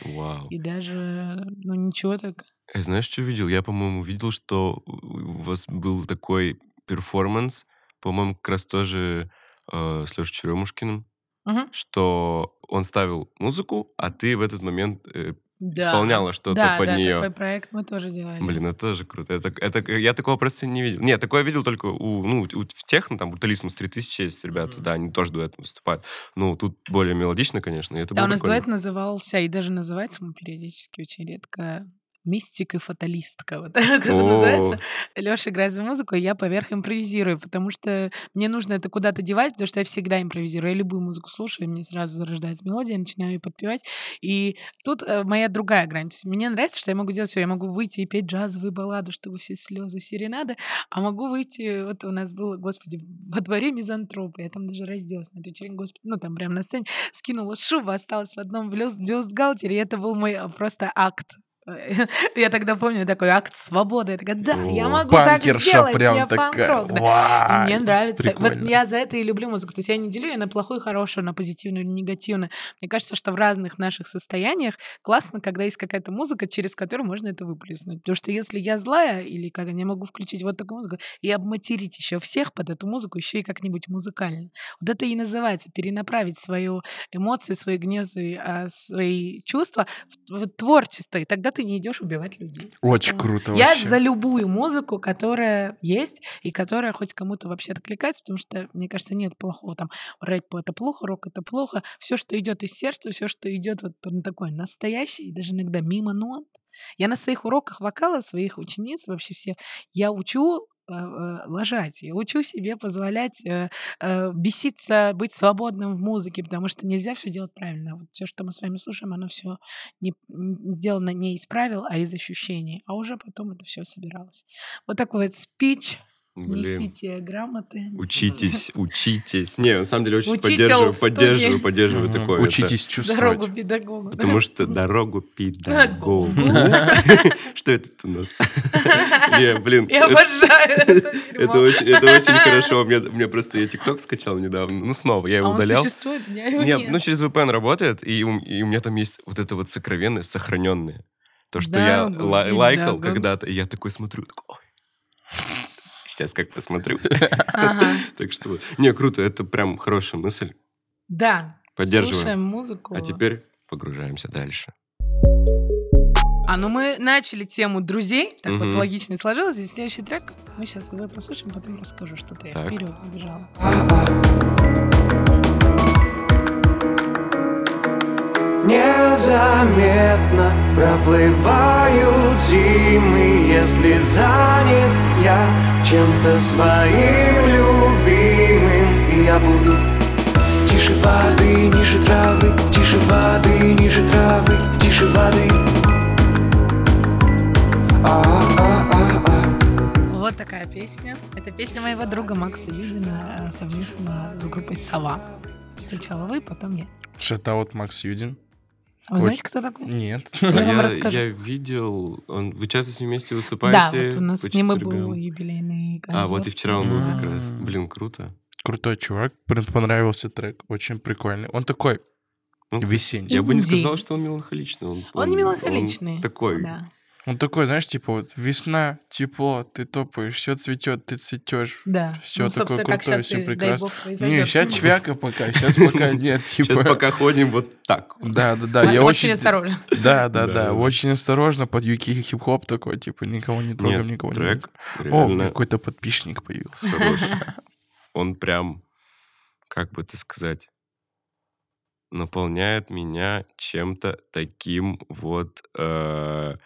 [SPEAKER 1] Вау.
[SPEAKER 2] И даже, ну ничего так.
[SPEAKER 1] Э, Знаешь, что видел? Я, по-моему, видел, что у вас был такой перформанс, по-моему, как раз тоже э, с Лешей Черемушкиным,
[SPEAKER 2] Мгм.
[SPEAKER 1] что он ставил музыку, а ты в этот момент э,
[SPEAKER 2] Да.
[SPEAKER 1] исполняла что-то
[SPEAKER 2] да,
[SPEAKER 1] под
[SPEAKER 2] да,
[SPEAKER 1] нее.
[SPEAKER 2] такой проект мы тоже делали.
[SPEAKER 1] Блин, это тоже круто. Это, это, я такого просто не видел. Нет, такое видел только у, ну, у- в техно, там, у Талисмус 3000 есть ребята,
[SPEAKER 3] Мгм.
[SPEAKER 1] да, они тоже дуэтом выступают. Ну, тут более мелодично, конечно, и это
[SPEAKER 2] да,
[SPEAKER 1] было
[SPEAKER 2] у нас дуэт [LAUGHS]
[SPEAKER 1] прикольно.
[SPEAKER 2] назывался, и даже называется мы периодически очень редко «Мистик и фаталистка». Вот так это
[SPEAKER 1] О.
[SPEAKER 2] называется. Леша играет за музыку, и я поверх импровизирую, потому что мне нужно это куда-то девать, потому что я всегда импровизирую. Я любую музыку слушаю, и мне сразу зарождается мелодия, я начинаю ее подпевать. И тут э, моя другая грань. То есть мне нравится, что я могу делать все. Я могу выйти и петь джазовые баллады, чтобы все слезы серенады, а могу выйти... Вот у нас было, господи, во дворе мизантропы. Я там даже разделась на эту вечеринку, господи, ну там прямо на сцене скинула шубу, осталась в одном блюз- блюстгальтере, и это был мой э, просто акт. [LAUGHS] Я тогда помню такой акт свободы. Я такая, да, я
[SPEAKER 1] О,
[SPEAKER 2] могу так
[SPEAKER 3] Панкерша
[SPEAKER 2] сделать, я
[SPEAKER 3] прям такая.
[SPEAKER 2] панк-рок, да.
[SPEAKER 3] Вау,
[SPEAKER 2] Мне нравится. Вот
[SPEAKER 3] прикольно.
[SPEAKER 2] я за это и люблю музыку. То есть я не делю ее на плохую, хорошую, на позитивную или негативную. Мне кажется, что в разных наших состояниях классно, когда есть какая-то музыка, через которую можно это выплеснуть. Потому что если я злая или как я могу включить вот такую музыку и обматерить еще всех под эту музыку, еще и как-нибудь музыкально. Вот это и называется перенаправить свою эмоцию, свои гнезы, свои чувства в, в творчество. И тогда ты не идешь убивать людей.
[SPEAKER 3] Очень
[SPEAKER 2] Поэтому
[SPEAKER 3] круто
[SPEAKER 2] я
[SPEAKER 3] вообще.
[SPEAKER 2] за любую музыку, которая есть и которая хоть кому-то вообще откликается, потому что, мне кажется, нет плохого там. Рэп это плохо, рок это плохо. Все, что идет из сердца, все, что идет вот прям такое настоящее, и даже иногда мимо нот. Я на своих уроках вокала своих учениц вообще все, я учу э, э, лажать. Я учу себе позволять э, э, беситься, быть свободным в музыке, потому что нельзя все делать правильно. Вот все, что мы с вами слушаем, оно все не, н- сделано не из правил, а из ощущений. А уже потом это все собиралось. Вот такой вот спич.
[SPEAKER 1] Блин.
[SPEAKER 2] Несите грамоты.
[SPEAKER 1] Учитесь, учитесь. Не, на самом деле очень
[SPEAKER 2] Учитель
[SPEAKER 1] поддерживаю,
[SPEAKER 2] в
[SPEAKER 1] поддерживаю,
[SPEAKER 2] студии.
[SPEAKER 1] поддерживаю
[SPEAKER 3] Мгм.
[SPEAKER 1] такое.
[SPEAKER 3] Учитесь чувствовать.
[SPEAKER 2] Дорогу педагогу.
[SPEAKER 1] Это- Потому что дорогу педагогу. [LAUGHS]
[SPEAKER 2] [LAUGHS]
[SPEAKER 1] Что это тут у нас? [LAUGHS] Не, блин.
[SPEAKER 2] [LAUGHS]
[SPEAKER 1] это- [LAUGHS]
[SPEAKER 2] Я обожаю это дерьмо.
[SPEAKER 1] Это очень, это очень хорошо.
[SPEAKER 2] [LAUGHS]
[SPEAKER 1] У меня, у меня просто я ТикТок скачал недавно. Ну, снова, я
[SPEAKER 2] А
[SPEAKER 1] его
[SPEAKER 2] он
[SPEAKER 1] удалял.
[SPEAKER 2] существует? Я его
[SPEAKER 1] Нет,
[SPEAKER 2] нет.
[SPEAKER 1] ну через VPN работает, и у, и у меня там есть вот это вот сокровенное, сохраненное. То, что я
[SPEAKER 2] Дорогу
[SPEAKER 1] ла-
[SPEAKER 2] педагогу.
[SPEAKER 1] лайкал [LAUGHS] когда-то, и я такой смотрю, такой, «Ой, сейчас как посмотрю. [LAUGHS]
[SPEAKER 2] Ага.
[SPEAKER 1] Так что, не, круто, это прям хорошая мысль.
[SPEAKER 2] Да.
[SPEAKER 1] Поддерживаем.
[SPEAKER 2] Слушаем музыку.
[SPEAKER 1] А теперь погружаемся дальше.
[SPEAKER 2] А, ну мы начали тему друзей. Так вот
[SPEAKER 1] Мгм.
[SPEAKER 2] логично и сложилось. И следующий трек мы сейчас его послушаем, потом расскажу, что-то я
[SPEAKER 1] Так.
[SPEAKER 2] вперед забежала.
[SPEAKER 5] Незаметно проплывают зимы, если занят я чем-то своим любимым и травы я буду Тише воды, ниже травы Тише воды, ниже травы Тише воды А-а-а-а.
[SPEAKER 2] Вот такая песня. Это песня моего друга Макса Юдина э, совместно с группой «Сова». Сначала вы, потом я.
[SPEAKER 3] Шатаут Макс Юдин.
[SPEAKER 2] А вы
[SPEAKER 3] Ой.
[SPEAKER 2] знаете, кто такой?
[SPEAKER 3] Нет.
[SPEAKER 2] [LAUGHS]
[SPEAKER 3] [LAUGHS]
[SPEAKER 2] Я вам
[SPEAKER 1] А Я,
[SPEAKER 2] расскажу.
[SPEAKER 1] я видел, он, вы часто с ним вместе
[SPEAKER 2] Да,
[SPEAKER 1] выступаете.
[SPEAKER 2] вот у нас с
[SPEAKER 1] почти
[SPEAKER 2] ним и
[SPEAKER 1] ребенок.
[SPEAKER 2] был юбилейный концерт.
[SPEAKER 1] А, вот и вчера он был как раз.
[SPEAKER 3] М.
[SPEAKER 1] Блин, круто.
[SPEAKER 3] Крутой чувак. Прям понравился трек. Очень прикольный. Он такой
[SPEAKER 1] Ну, кстати,
[SPEAKER 3] весенний.
[SPEAKER 1] Я бы не
[SPEAKER 2] Инди.
[SPEAKER 1] сказал, что он меланхоличный. Он,
[SPEAKER 2] Он не меланхоличный.
[SPEAKER 1] такой.
[SPEAKER 2] Да.
[SPEAKER 3] Он такой, знаешь, типа вот весна, тепло, ты топаешь, все цветет, ты цветешь.
[SPEAKER 2] Да.
[SPEAKER 3] Всё
[SPEAKER 2] Ну,
[SPEAKER 3] такое
[SPEAKER 2] собственно, как
[SPEAKER 3] крутое,
[SPEAKER 2] щас
[SPEAKER 3] всё
[SPEAKER 2] и, Дай
[SPEAKER 3] прекрасно.
[SPEAKER 2] бог, Ну, произойдет.
[SPEAKER 3] Не, сейчас чвяка пока, сейчас
[SPEAKER 1] [LAUGHS]
[SPEAKER 3] пока нет, типа.
[SPEAKER 1] Сейчас пока ходим вот так.
[SPEAKER 3] Да, да, да, я
[SPEAKER 2] Очень
[SPEAKER 3] очень...
[SPEAKER 2] осторожно.
[SPEAKER 3] Да, да,
[SPEAKER 1] Да,
[SPEAKER 3] да,
[SPEAKER 1] да.
[SPEAKER 3] очень осторожно под юки хип-хоп такой, типа, никого не трогаем,
[SPEAKER 1] Нет,
[SPEAKER 3] никого не...
[SPEAKER 1] трек
[SPEAKER 3] трогаем. О,
[SPEAKER 1] реально
[SPEAKER 3] какой-то подписчик
[SPEAKER 2] [LAUGHS]
[SPEAKER 3] появился.
[SPEAKER 1] хороший. Он прям, как бы это сказать, наполняет меня чем-то таким вот, э,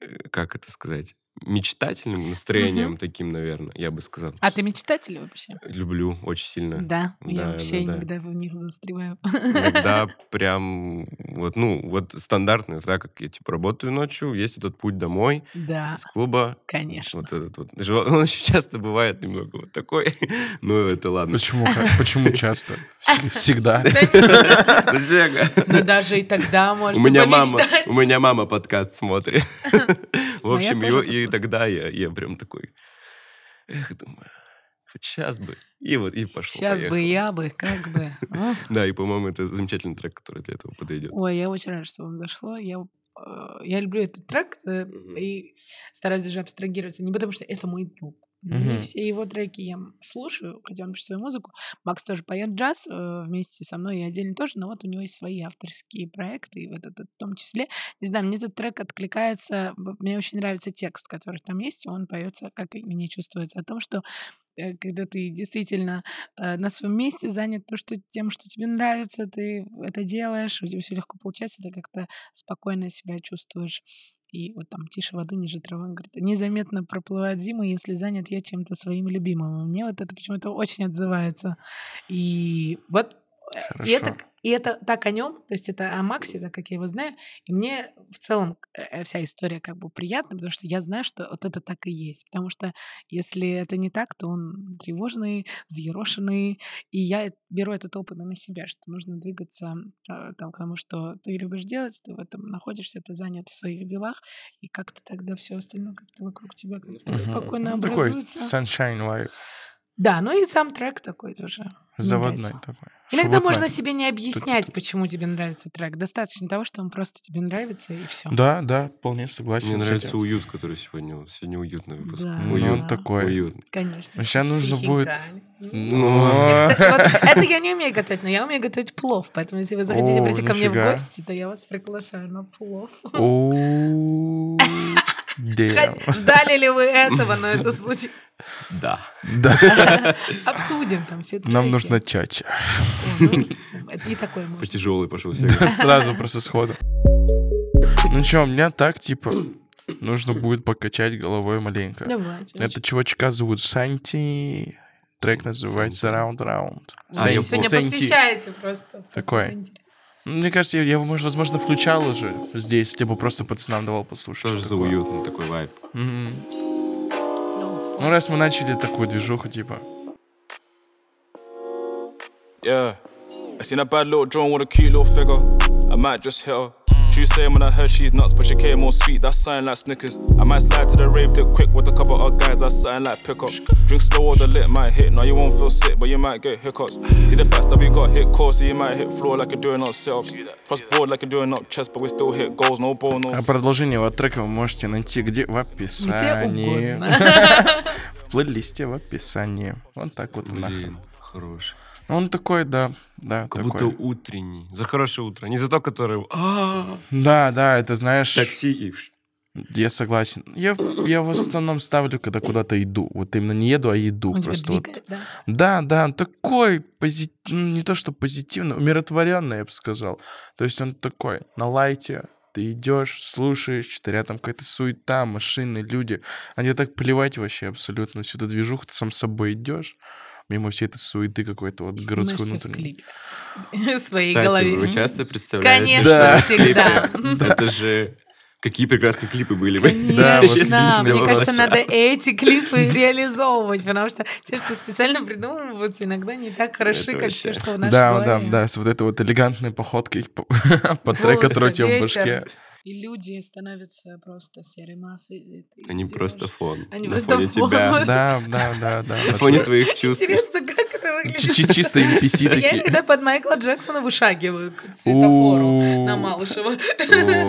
[SPEAKER 1] э, как это сказать, мечтательным настроением таким, наверное, я бы сказал.
[SPEAKER 2] А ты мечтатель вообще?
[SPEAKER 1] Люблю очень сильно.
[SPEAKER 2] Да, я
[SPEAKER 1] Да, да,
[SPEAKER 2] вообще
[SPEAKER 1] да.
[SPEAKER 2] иногда в них застреваю.
[SPEAKER 1] Иногда
[SPEAKER 2] [LAUGHS]
[SPEAKER 1] прям вот, ну, вот стандартный, так как я типа работаю ночью, есть этот путь домой
[SPEAKER 2] Да,
[SPEAKER 1] с клуба.
[SPEAKER 2] А, конечно.
[SPEAKER 1] Вот этот вот. живо- [LAUGHS] Он еще часто бывает немного вот такой. [LAUGHS] Ну, это ладно.
[SPEAKER 3] Почему? как-
[SPEAKER 2] [LAUGHS]
[SPEAKER 3] Почему часто? Вс- Всегда.
[SPEAKER 1] [LAUGHS] Ну, Зега,
[SPEAKER 2] Но даже и тогда
[SPEAKER 1] У
[SPEAKER 2] можно
[SPEAKER 1] меня мама,
[SPEAKER 2] помечтать.
[SPEAKER 1] у меня мама подкаст смотрит. [LAUGHS] В
[SPEAKER 2] Моя
[SPEAKER 1] общем,
[SPEAKER 2] Ну, тоже
[SPEAKER 1] его- и
[SPEAKER 2] посмотрит.
[SPEAKER 1] тогда я, я прям такой, эх, думаю, сейчас бы. И вот, и пошло,
[SPEAKER 2] Сейчас бы
[SPEAKER 1] поехало.
[SPEAKER 2] я бы, как бы. А?
[SPEAKER 1] Да, и, по-моему, это замечательный трек, который для этого подойдет.
[SPEAKER 2] Ой, я очень рада, что вам зашло. Я, э, я люблю этот трек э,
[SPEAKER 1] Мгм.
[SPEAKER 2] и стараюсь даже абстрагироваться. Не потому что это мой друг. И
[SPEAKER 3] Мгм.
[SPEAKER 2] все его треки я слушаю, хотя он пишет свою музыку. Макс тоже поет джаз э, вместе со мной и отдельно тоже, но вот у него есть свои авторские проекты, и вот этот в том числе. Не знаю, мне этот трек откликается, б- мне очень нравится текст, который там есть, и он поется, как и мне чувствуется, о том, что э, когда ты действительно э, на своем месте занят то, что, тем, что тебе нравится, ты это делаешь, у тебя все легко получается, ты как-то спокойно себя чувствуешь. И вот там тише воды, ниже травы, он говорит, незаметно проплывает зима, если занят я чем-то своим любимым. Мне вот это почему-то очень отзывается. И вот э, и это,
[SPEAKER 3] Хорошо.
[SPEAKER 2] и это так о нем, то есть это о Максе, так как я его знаю. И мне в целом э, вся история как бы приятна, потому что я знаю, что вот это так и есть. Потому что если это не так, то он тревожный, взъерошенный. И я беру этот опыт на себя, что нужно двигаться э, там, к тому, что ты любишь делать, ты в этом находишься, ты занят в своих делах, и как-то тогда все остальное как-то вокруг тебя как-то так
[SPEAKER 3] Мгм.
[SPEAKER 2] спокойно
[SPEAKER 3] Ну, Такой
[SPEAKER 2] образуется.
[SPEAKER 3] sunshine vibe,
[SPEAKER 2] Да, ну и сам трек такой тоже. Мне
[SPEAKER 3] заводной
[SPEAKER 2] нравится.
[SPEAKER 3] такой.
[SPEAKER 2] Иногда
[SPEAKER 3] шавотной.
[SPEAKER 2] можно себе не объяснять, почему тебе нравится трек. Достаточно того, что он просто тебе нравится, и все.
[SPEAKER 3] Да, да, вполне согласен
[SPEAKER 1] Мне
[SPEAKER 3] с
[SPEAKER 1] нравится
[SPEAKER 3] этим.
[SPEAKER 1] уют, который сегодня... вот Сегодня уютный выпуск.
[SPEAKER 2] Да.
[SPEAKER 3] Ну,
[SPEAKER 1] Уют.
[SPEAKER 3] он такой.
[SPEAKER 1] Уютный.
[SPEAKER 2] Конечно.
[SPEAKER 3] Ну, ща
[SPEAKER 2] там
[SPEAKER 3] нужно
[SPEAKER 2] стихи,
[SPEAKER 3] будет-
[SPEAKER 2] Тань.
[SPEAKER 3] Ну,
[SPEAKER 2] Кстати,
[SPEAKER 3] [LAUGHS]
[SPEAKER 2] вот это я не умею готовить, но я умею готовить плов, поэтому если вы захотите
[SPEAKER 3] О,
[SPEAKER 2] прийти ко мне в
[SPEAKER 3] нифига.
[SPEAKER 2] гости, то я вас приглашаю на плов. [LAUGHS]
[SPEAKER 3] О, damn.
[SPEAKER 2] Хоть Ждали ли вы этого, но
[SPEAKER 3] [LAUGHS]
[SPEAKER 2] это случай.
[SPEAKER 1] Да.
[SPEAKER 3] Да,
[SPEAKER 2] [LAUGHS] Обсудим там все треки.
[SPEAKER 3] нам нужно чача.
[SPEAKER 2] О, ну, Это не такое
[SPEAKER 1] По
[SPEAKER 2] может.
[SPEAKER 1] тяжелой пошел Сега.
[SPEAKER 3] Да, [LAUGHS] Сразу просто сходу. Ну что, у меня так, типа,
[SPEAKER 2] [CLEARS THROAT]
[SPEAKER 3] нужно будет покачать головой маленько.
[SPEAKER 2] Давай. чё-
[SPEAKER 3] Это чувачка зовут Санти. Трек называется
[SPEAKER 1] Санти.
[SPEAKER 3] Round Round.
[SPEAKER 1] А, я
[SPEAKER 2] Сегодня
[SPEAKER 3] Санти.
[SPEAKER 2] посвящается просто.
[SPEAKER 3] Такой.
[SPEAKER 2] Это интересно.
[SPEAKER 3] Ну, Мне кажется, я я его, может, возможно, включал уже здесь, либо просто пацанам давал послушать.
[SPEAKER 1] Тоже
[SPEAKER 3] что
[SPEAKER 1] за
[SPEAKER 3] такое.
[SPEAKER 1] уютный такой вайб.
[SPEAKER 3] Мгм.
[SPEAKER 2] Плов.
[SPEAKER 3] Ну, раз мы начали такую движуху, типа,
[SPEAKER 7] Yeah. I seen a bad little drone with a cute little figure. I might just hit her. She was saying when I heard she's nuts, but she came all sweet, that's something like Snickers. I might slide to the rave dip quick with a couple of guys, that's something like pickup. Drink slow or the lit might hit, now you won't feel sick, but you might get hiccups. See the facts that we got hit core, so you might hit floor like you're doing up sit ups. Cross board like you're doing up chest, but we still hit goals, no ball, no.
[SPEAKER 3] а продолжение вот трека вы можете найти где? В
[SPEAKER 2] Где [LAUGHS]
[SPEAKER 3] описании.
[SPEAKER 2] угодно.
[SPEAKER 3] В плейлисте в описании. Вот так вот нахрен.
[SPEAKER 1] Блин, хороший.
[SPEAKER 3] Он такой, да, да,
[SPEAKER 1] Как
[SPEAKER 3] такой.
[SPEAKER 1] будто утренний. За хорошее утро. Не за то, которое... «А,
[SPEAKER 3] Да, да, это знаешь,
[SPEAKER 1] Такси и... фш».
[SPEAKER 3] я согласен. Я, в- я в основном ставлю, когда куда-то иду. Вот именно не еду, а иду.
[SPEAKER 2] Он тебя
[SPEAKER 3] просто вот.
[SPEAKER 2] двигает, да?
[SPEAKER 3] Да, да, он такой пози- ну, не то что позитивный, умиротворенный, я бы сказал. То есть он такой на лайте, Ты идешь, слушаешь, что-то рядом какая-то суета, машины, люди. А тебе так плевать вообще абсолютно. Всю эту движуху ты сам с собой идешь. Мимо всей этой суеты какой-то вот
[SPEAKER 2] И
[SPEAKER 3] городской
[SPEAKER 2] становишься в
[SPEAKER 3] внутренней.
[SPEAKER 2] клипе. [LAUGHS] В своей
[SPEAKER 1] Кстати, вы
[SPEAKER 2] голове.
[SPEAKER 1] часто представляете,
[SPEAKER 2] Конечно,
[SPEAKER 1] что
[SPEAKER 2] всегда.
[SPEAKER 1] это же... Какие прекрасные клипы были бы.
[SPEAKER 3] Да, вот
[SPEAKER 2] Конечно,
[SPEAKER 3] видите,
[SPEAKER 2] мне
[SPEAKER 3] вот
[SPEAKER 2] кажется,
[SPEAKER 3] сейчас.
[SPEAKER 2] надо эти
[SPEAKER 3] [LAUGHS]
[SPEAKER 2] клипы реализовывать, потому что те, что специально придумываются, иногда не так хороши,
[SPEAKER 1] Это
[SPEAKER 2] как
[SPEAKER 1] вообще.
[SPEAKER 2] все, что
[SPEAKER 3] [LAUGHS]
[SPEAKER 2] в нашей
[SPEAKER 3] Да,
[SPEAKER 2] голове.
[SPEAKER 3] да, да, с вот этой вот элегантной походкой [LAUGHS] по- под трек,
[SPEAKER 2] Волосы,
[SPEAKER 3] который у тебя в
[SPEAKER 2] ветер.
[SPEAKER 3] башке.
[SPEAKER 2] И люди становятся просто серой массой. и ты
[SPEAKER 1] Они
[SPEAKER 2] идёшь.
[SPEAKER 1] просто фон.
[SPEAKER 2] Они
[SPEAKER 1] на
[SPEAKER 2] просто
[SPEAKER 1] фоне
[SPEAKER 2] фон.
[SPEAKER 1] тебя.
[SPEAKER 3] Да, да, да, да.
[SPEAKER 1] На фоне твоих чувств.
[SPEAKER 2] Интересно, как это выглядит.
[SPEAKER 3] Чи- чи- Чисто NPC
[SPEAKER 2] Я
[SPEAKER 3] такие.
[SPEAKER 2] иногда под Майкла Джексона вышагиваю к светофору
[SPEAKER 3] У-у-у.
[SPEAKER 2] на Малышева. [LAUGHS]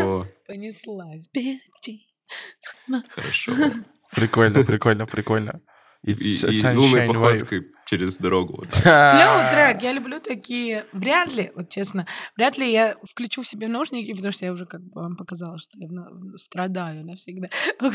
[SPEAKER 1] О,
[SPEAKER 2] Понеслась. Беги.
[SPEAKER 1] Хорошо.
[SPEAKER 3] Прикольно, прикольно, прикольно.
[SPEAKER 1] И,
[SPEAKER 3] It's
[SPEAKER 1] и
[SPEAKER 3] sunshine
[SPEAKER 1] двумя
[SPEAKER 3] wave.
[SPEAKER 1] походкой через дорогу. вот так.
[SPEAKER 2] Клевый трек, я люблю такие. Вряд ли, вот честно, вряд ли я включу в себе наушники, потому что я уже как бы вам показала, что я на- страдаю навсегда. [LAUGHS]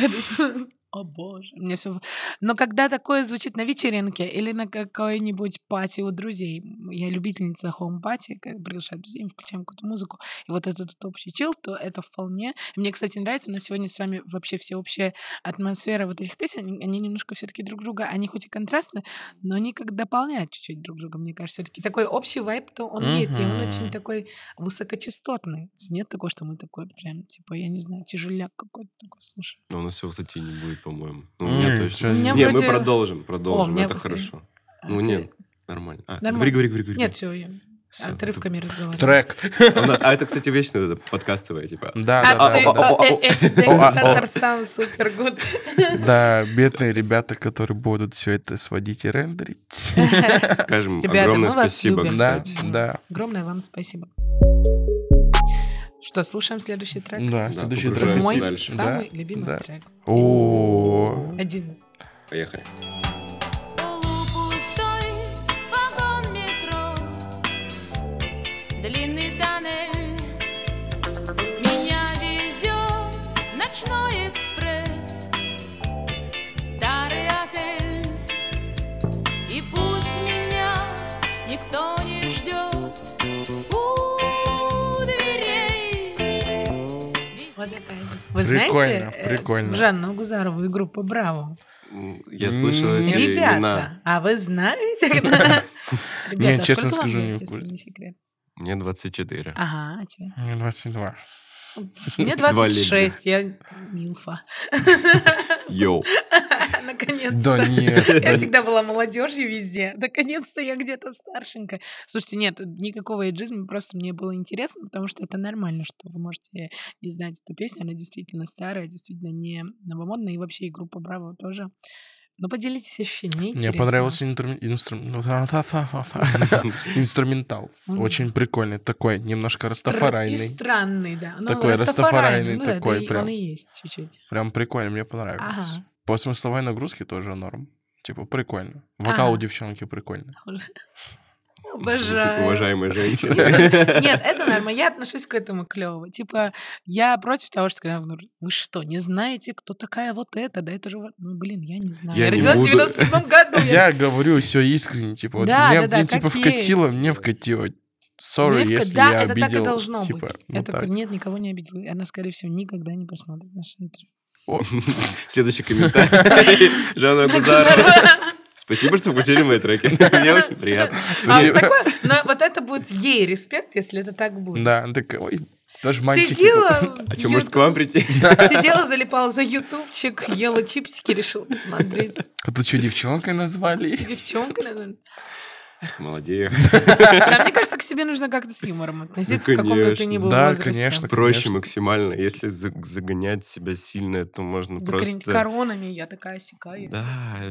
[SPEAKER 2] О боже, мне все. Но когда такое звучит на вечеринке или на какой-нибудь пати у друзей, я любительница хоум-пати, когда приглашаю друзей, мы включаем какую-то музыку, и вот этот вот общий чил, то это вполне. Мне, кстати, нравится, у нас сегодня с вами вообще всеобщая атмосфера вот этих песен, они- они немножко все-таки друг друга, они хоть и контрастны, но они как дополняют чуть-чуть друг друга, мне кажется. Все-таки такой общий вайп, то он есть, и он
[SPEAKER 3] Мгм.
[SPEAKER 2] очень такой высокочастотный. То есть Нет такого, что мы такой прям, типа, я не знаю, тяжеляк какой-то такой, слушай.
[SPEAKER 1] Но у нас всего, кстати, не будет, по-моему. Ну, у меня
[SPEAKER 3] М,
[SPEAKER 1] точно.
[SPEAKER 3] чё-
[SPEAKER 2] У меня
[SPEAKER 1] Не, мы
[SPEAKER 2] вроде-
[SPEAKER 1] продолжим, продолжим.
[SPEAKER 2] меня
[SPEAKER 1] Это
[SPEAKER 2] после-
[SPEAKER 1] хорошо. Ну, нет, нормально. А,
[SPEAKER 2] Нормально.
[SPEAKER 1] Говори, говори, говори. говори.
[SPEAKER 2] Нет, все, я
[SPEAKER 1] Всё.
[SPEAKER 2] отрывками разговариваю.
[SPEAKER 3] Трек.
[SPEAKER 1] А у нас- а это, кстати, вечно это подкастовое, типа.
[SPEAKER 3] Да,
[SPEAKER 2] А,
[SPEAKER 3] да,
[SPEAKER 2] э,
[SPEAKER 3] да, да.
[SPEAKER 2] э, э, э, э,
[SPEAKER 3] О, а, о.
[SPEAKER 2] Татарстан супергод.
[SPEAKER 3] Да, бедные ребята, которые будут все это сводить и рендерить.
[SPEAKER 1] Скажем,
[SPEAKER 2] Ребята,
[SPEAKER 1] огромное
[SPEAKER 2] мы вас
[SPEAKER 1] спасибо,
[SPEAKER 2] любим.
[SPEAKER 3] Да,
[SPEAKER 1] кстати.
[SPEAKER 3] да.
[SPEAKER 2] Огромное вам спасибо. Что, слушаем следующий трек?
[SPEAKER 3] Да,
[SPEAKER 1] Да,
[SPEAKER 3] следующий трек.
[SPEAKER 1] погружаемся
[SPEAKER 2] Мой
[SPEAKER 1] дальше.
[SPEAKER 2] самый
[SPEAKER 3] Да,
[SPEAKER 2] любимый
[SPEAKER 3] да.
[SPEAKER 2] трек.
[SPEAKER 3] О,
[SPEAKER 2] Один из.
[SPEAKER 1] Поехали.
[SPEAKER 8] Полупустой вагон метро Длинный тоннель Меня везет ночной экспресс Старый отель И пусть меня никто не ждет У дверей
[SPEAKER 2] Вот такая есть. Вы
[SPEAKER 3] Прикольно,
[SPEAKER 2] знаете, э,
[SPEAKER 3] прикольно.
[SPEAKER 2] Жанну Гузарову и группу «Браво».
[SPEAKER 1] М, Я слышал
[SPEAKER 3] М,
[SPEAKER 1] эти
[SPEAKER 2] Ребята,
[SPEAKER 1] имена.
[SPEAKER 2] а вы
[SPEAKER 3] [LAUGHS]
[SPEAKER 2] знаете? Ребята, а
[SPEAKER 3] Не, честно
[SPEAKER 2] сколько вам
[SPEAKER 3] скажу,
[SPEAKER 2] лет,
[SPEAKER 3] не
[SPEAKER 2] если
[SPEAKER 3] курю.
[SPEAKER 2] не секрет?
[SPEAKER 1] Мне
[SPEAKER 2] [LAUGHS]
[SPEAKER 1] 24.
[SPEAKER 2] Ага, а тебе?
[SPEAKER 3] мне 22.
[SPEAKER 2] Мне
[SPEAKER 1] Два
[SPEAKER 2] 26, я милфа. [LAUGHS]
[SPEAKER 1] Йоу.
[SPEAKER 2] Наконец-то.
[SPEAKER 3] Да нет.
[SPEAKER 2] [LAUGHS] Я всегда была молодежью везде. Наконец-то я где-то старшенькая. Слушайте, нет, никакого эйджизма, просто мне было интересно, потому что это нормально, что вы можете не знать эту песню. Она действительно старая, действительно не новомодная, и вообще и группа Браво тоже. Но поделитесь ощущениями.
[SPEAKER 3] Мне
[SPEAKER 2] интересно.
[SPEAKER 3] понравился интру- инстру- ну, та-та-та-та-та. инструментал.
[SPEAKER 2] Мгм.
[SPEAKER 3] Очень прикольный, такой немножко
[SPEAKER 2] Стра- И
[SPEAKER 3] растафарайный.
[SPEAKER 2] странный, да. Ну,
[SPEAKER 3] Такой растафарайный
[SPEAKER 2] ну да,
[SPEAKER 3] такой
[SPEAKER 2] да, и
[SPEAKER 3] прям.
[SPEAKER 2] Он и есть чуть-чуть.
[SPEAKER 3] Прям прикольно, мне понравилось.
[SPEAKER 2] Ага.
[SPEAKER 3] [LAUGHS] По смысловой нагрузке тоже норм. Типа прикольно. Вокал у
[SPEAKER 2] Ага. [LAUGHS]
[SPEAKER 3] девчонки прикольный.
[SPEAKER 2] Обожаю.
[SPEAKER 1] Уважаемая женщина.
[SPEAKER 2] Нет, это нормально. Я отношусь к этому клево. Типа, я против того, что когда ну, вы что, не знаете, кто такая вот эта? Да это же... вот- Ну, блин, я не знаю.
[SPEAKER 1] Я
[SPEAKER 2] Я,
[SPEAKER 1] не
[SPEAKER 2] родилась
[SPEAKER 1] буду.
[SPEAKER 2] в 97 году.
[SPEAKER 3] Я говорю все искренне, типа, вот
[SPEAKER 2] Да,
[SPEAKER 3] мне,
[SPEAKER 2] да, да,
[SPEAKER 3] мне, типа
[SPEAKER 2] как
[SPEAKER 3] вкатило,
[SPEAKER 2] есть.
[SPEAKER 3] мне вкатило.
[SPEAKER 2] Мне
[SPEAKER 3] Sorry,
[SPEAKER 2] в-
[SPEAKER 3] если
[SPEAKER 2] да,
[SPEAKER 3] я
[SPEAKER 2] это
[SPEAKER 3] обидел.
[SPEAKER 2] так и должно
[SPEAKER 3] типа,
[SPEAKER 2] быть.
[SPEAKER 3] ну
[SPEAKER 2] я такой,
[SPEAKER 3] так.
[SPEAKER 2] нет, никого не обидела. И Она, скорее всего, никогда не посмотрит наше интервью.
[SPEAKER 1] [LAUGHS] Следующий комментарий. Жанна
[SPEAKER 2] [LAUGHS]
[SPEAKER 1] Гузарова. Спасибо, что включили мои треки. [LAUGHS] Мне очень приятно.
[SPEAKER 2] А
[SPEAKER 3] Спасибо.
[SPEAKER 2] вот такое- но вот это будет ей респект, если это так будет.
[SPEAKER 3] Да, она такая, ой, тоже мальчики.
[SPEAKER 2] Сидела,
[SPEAKER 1] А
[SPEAKER 2] в
[SPEAKER 1] что, может, к вам
[SPEAKER 2] [LAUGHS]
[SPEAKER 1] прийти?
[SPEAKER 2] Ю- сидела, залипала за ютубчик, ела чипсики, решила посмотреть.
[SPEAKER 3] А тут что,
[SPEAKER 2] [LAUGHS]
[SPEAKER 3] девчонкой назвали?
[SPEAKER 2] Девчонка, наверное.
[SPEAKER 1] Молодею.
[SPEAKER 2] Да, мне кажется, к себе нужно как-то с юмором относиться,
[SPEAKER 1] Ну,
[SPEAKER 2] в каком бы ты ни
[SPEAKER 1] конечно.
[SPEAKER 2] был
[SPEAKER 3] Да,
[SPEAKER 2] возрасте.
[SPEAKER 3] конечно.
[SPEAKER 1] Проще максимально. Если за- загонять себя сильно, то можно
[SPEAKER 2] Закрыть
[SPEAKER 1] просто...
[SPEAKER 2] коронами, я такая сякая.
[SPEAKER 1] Да,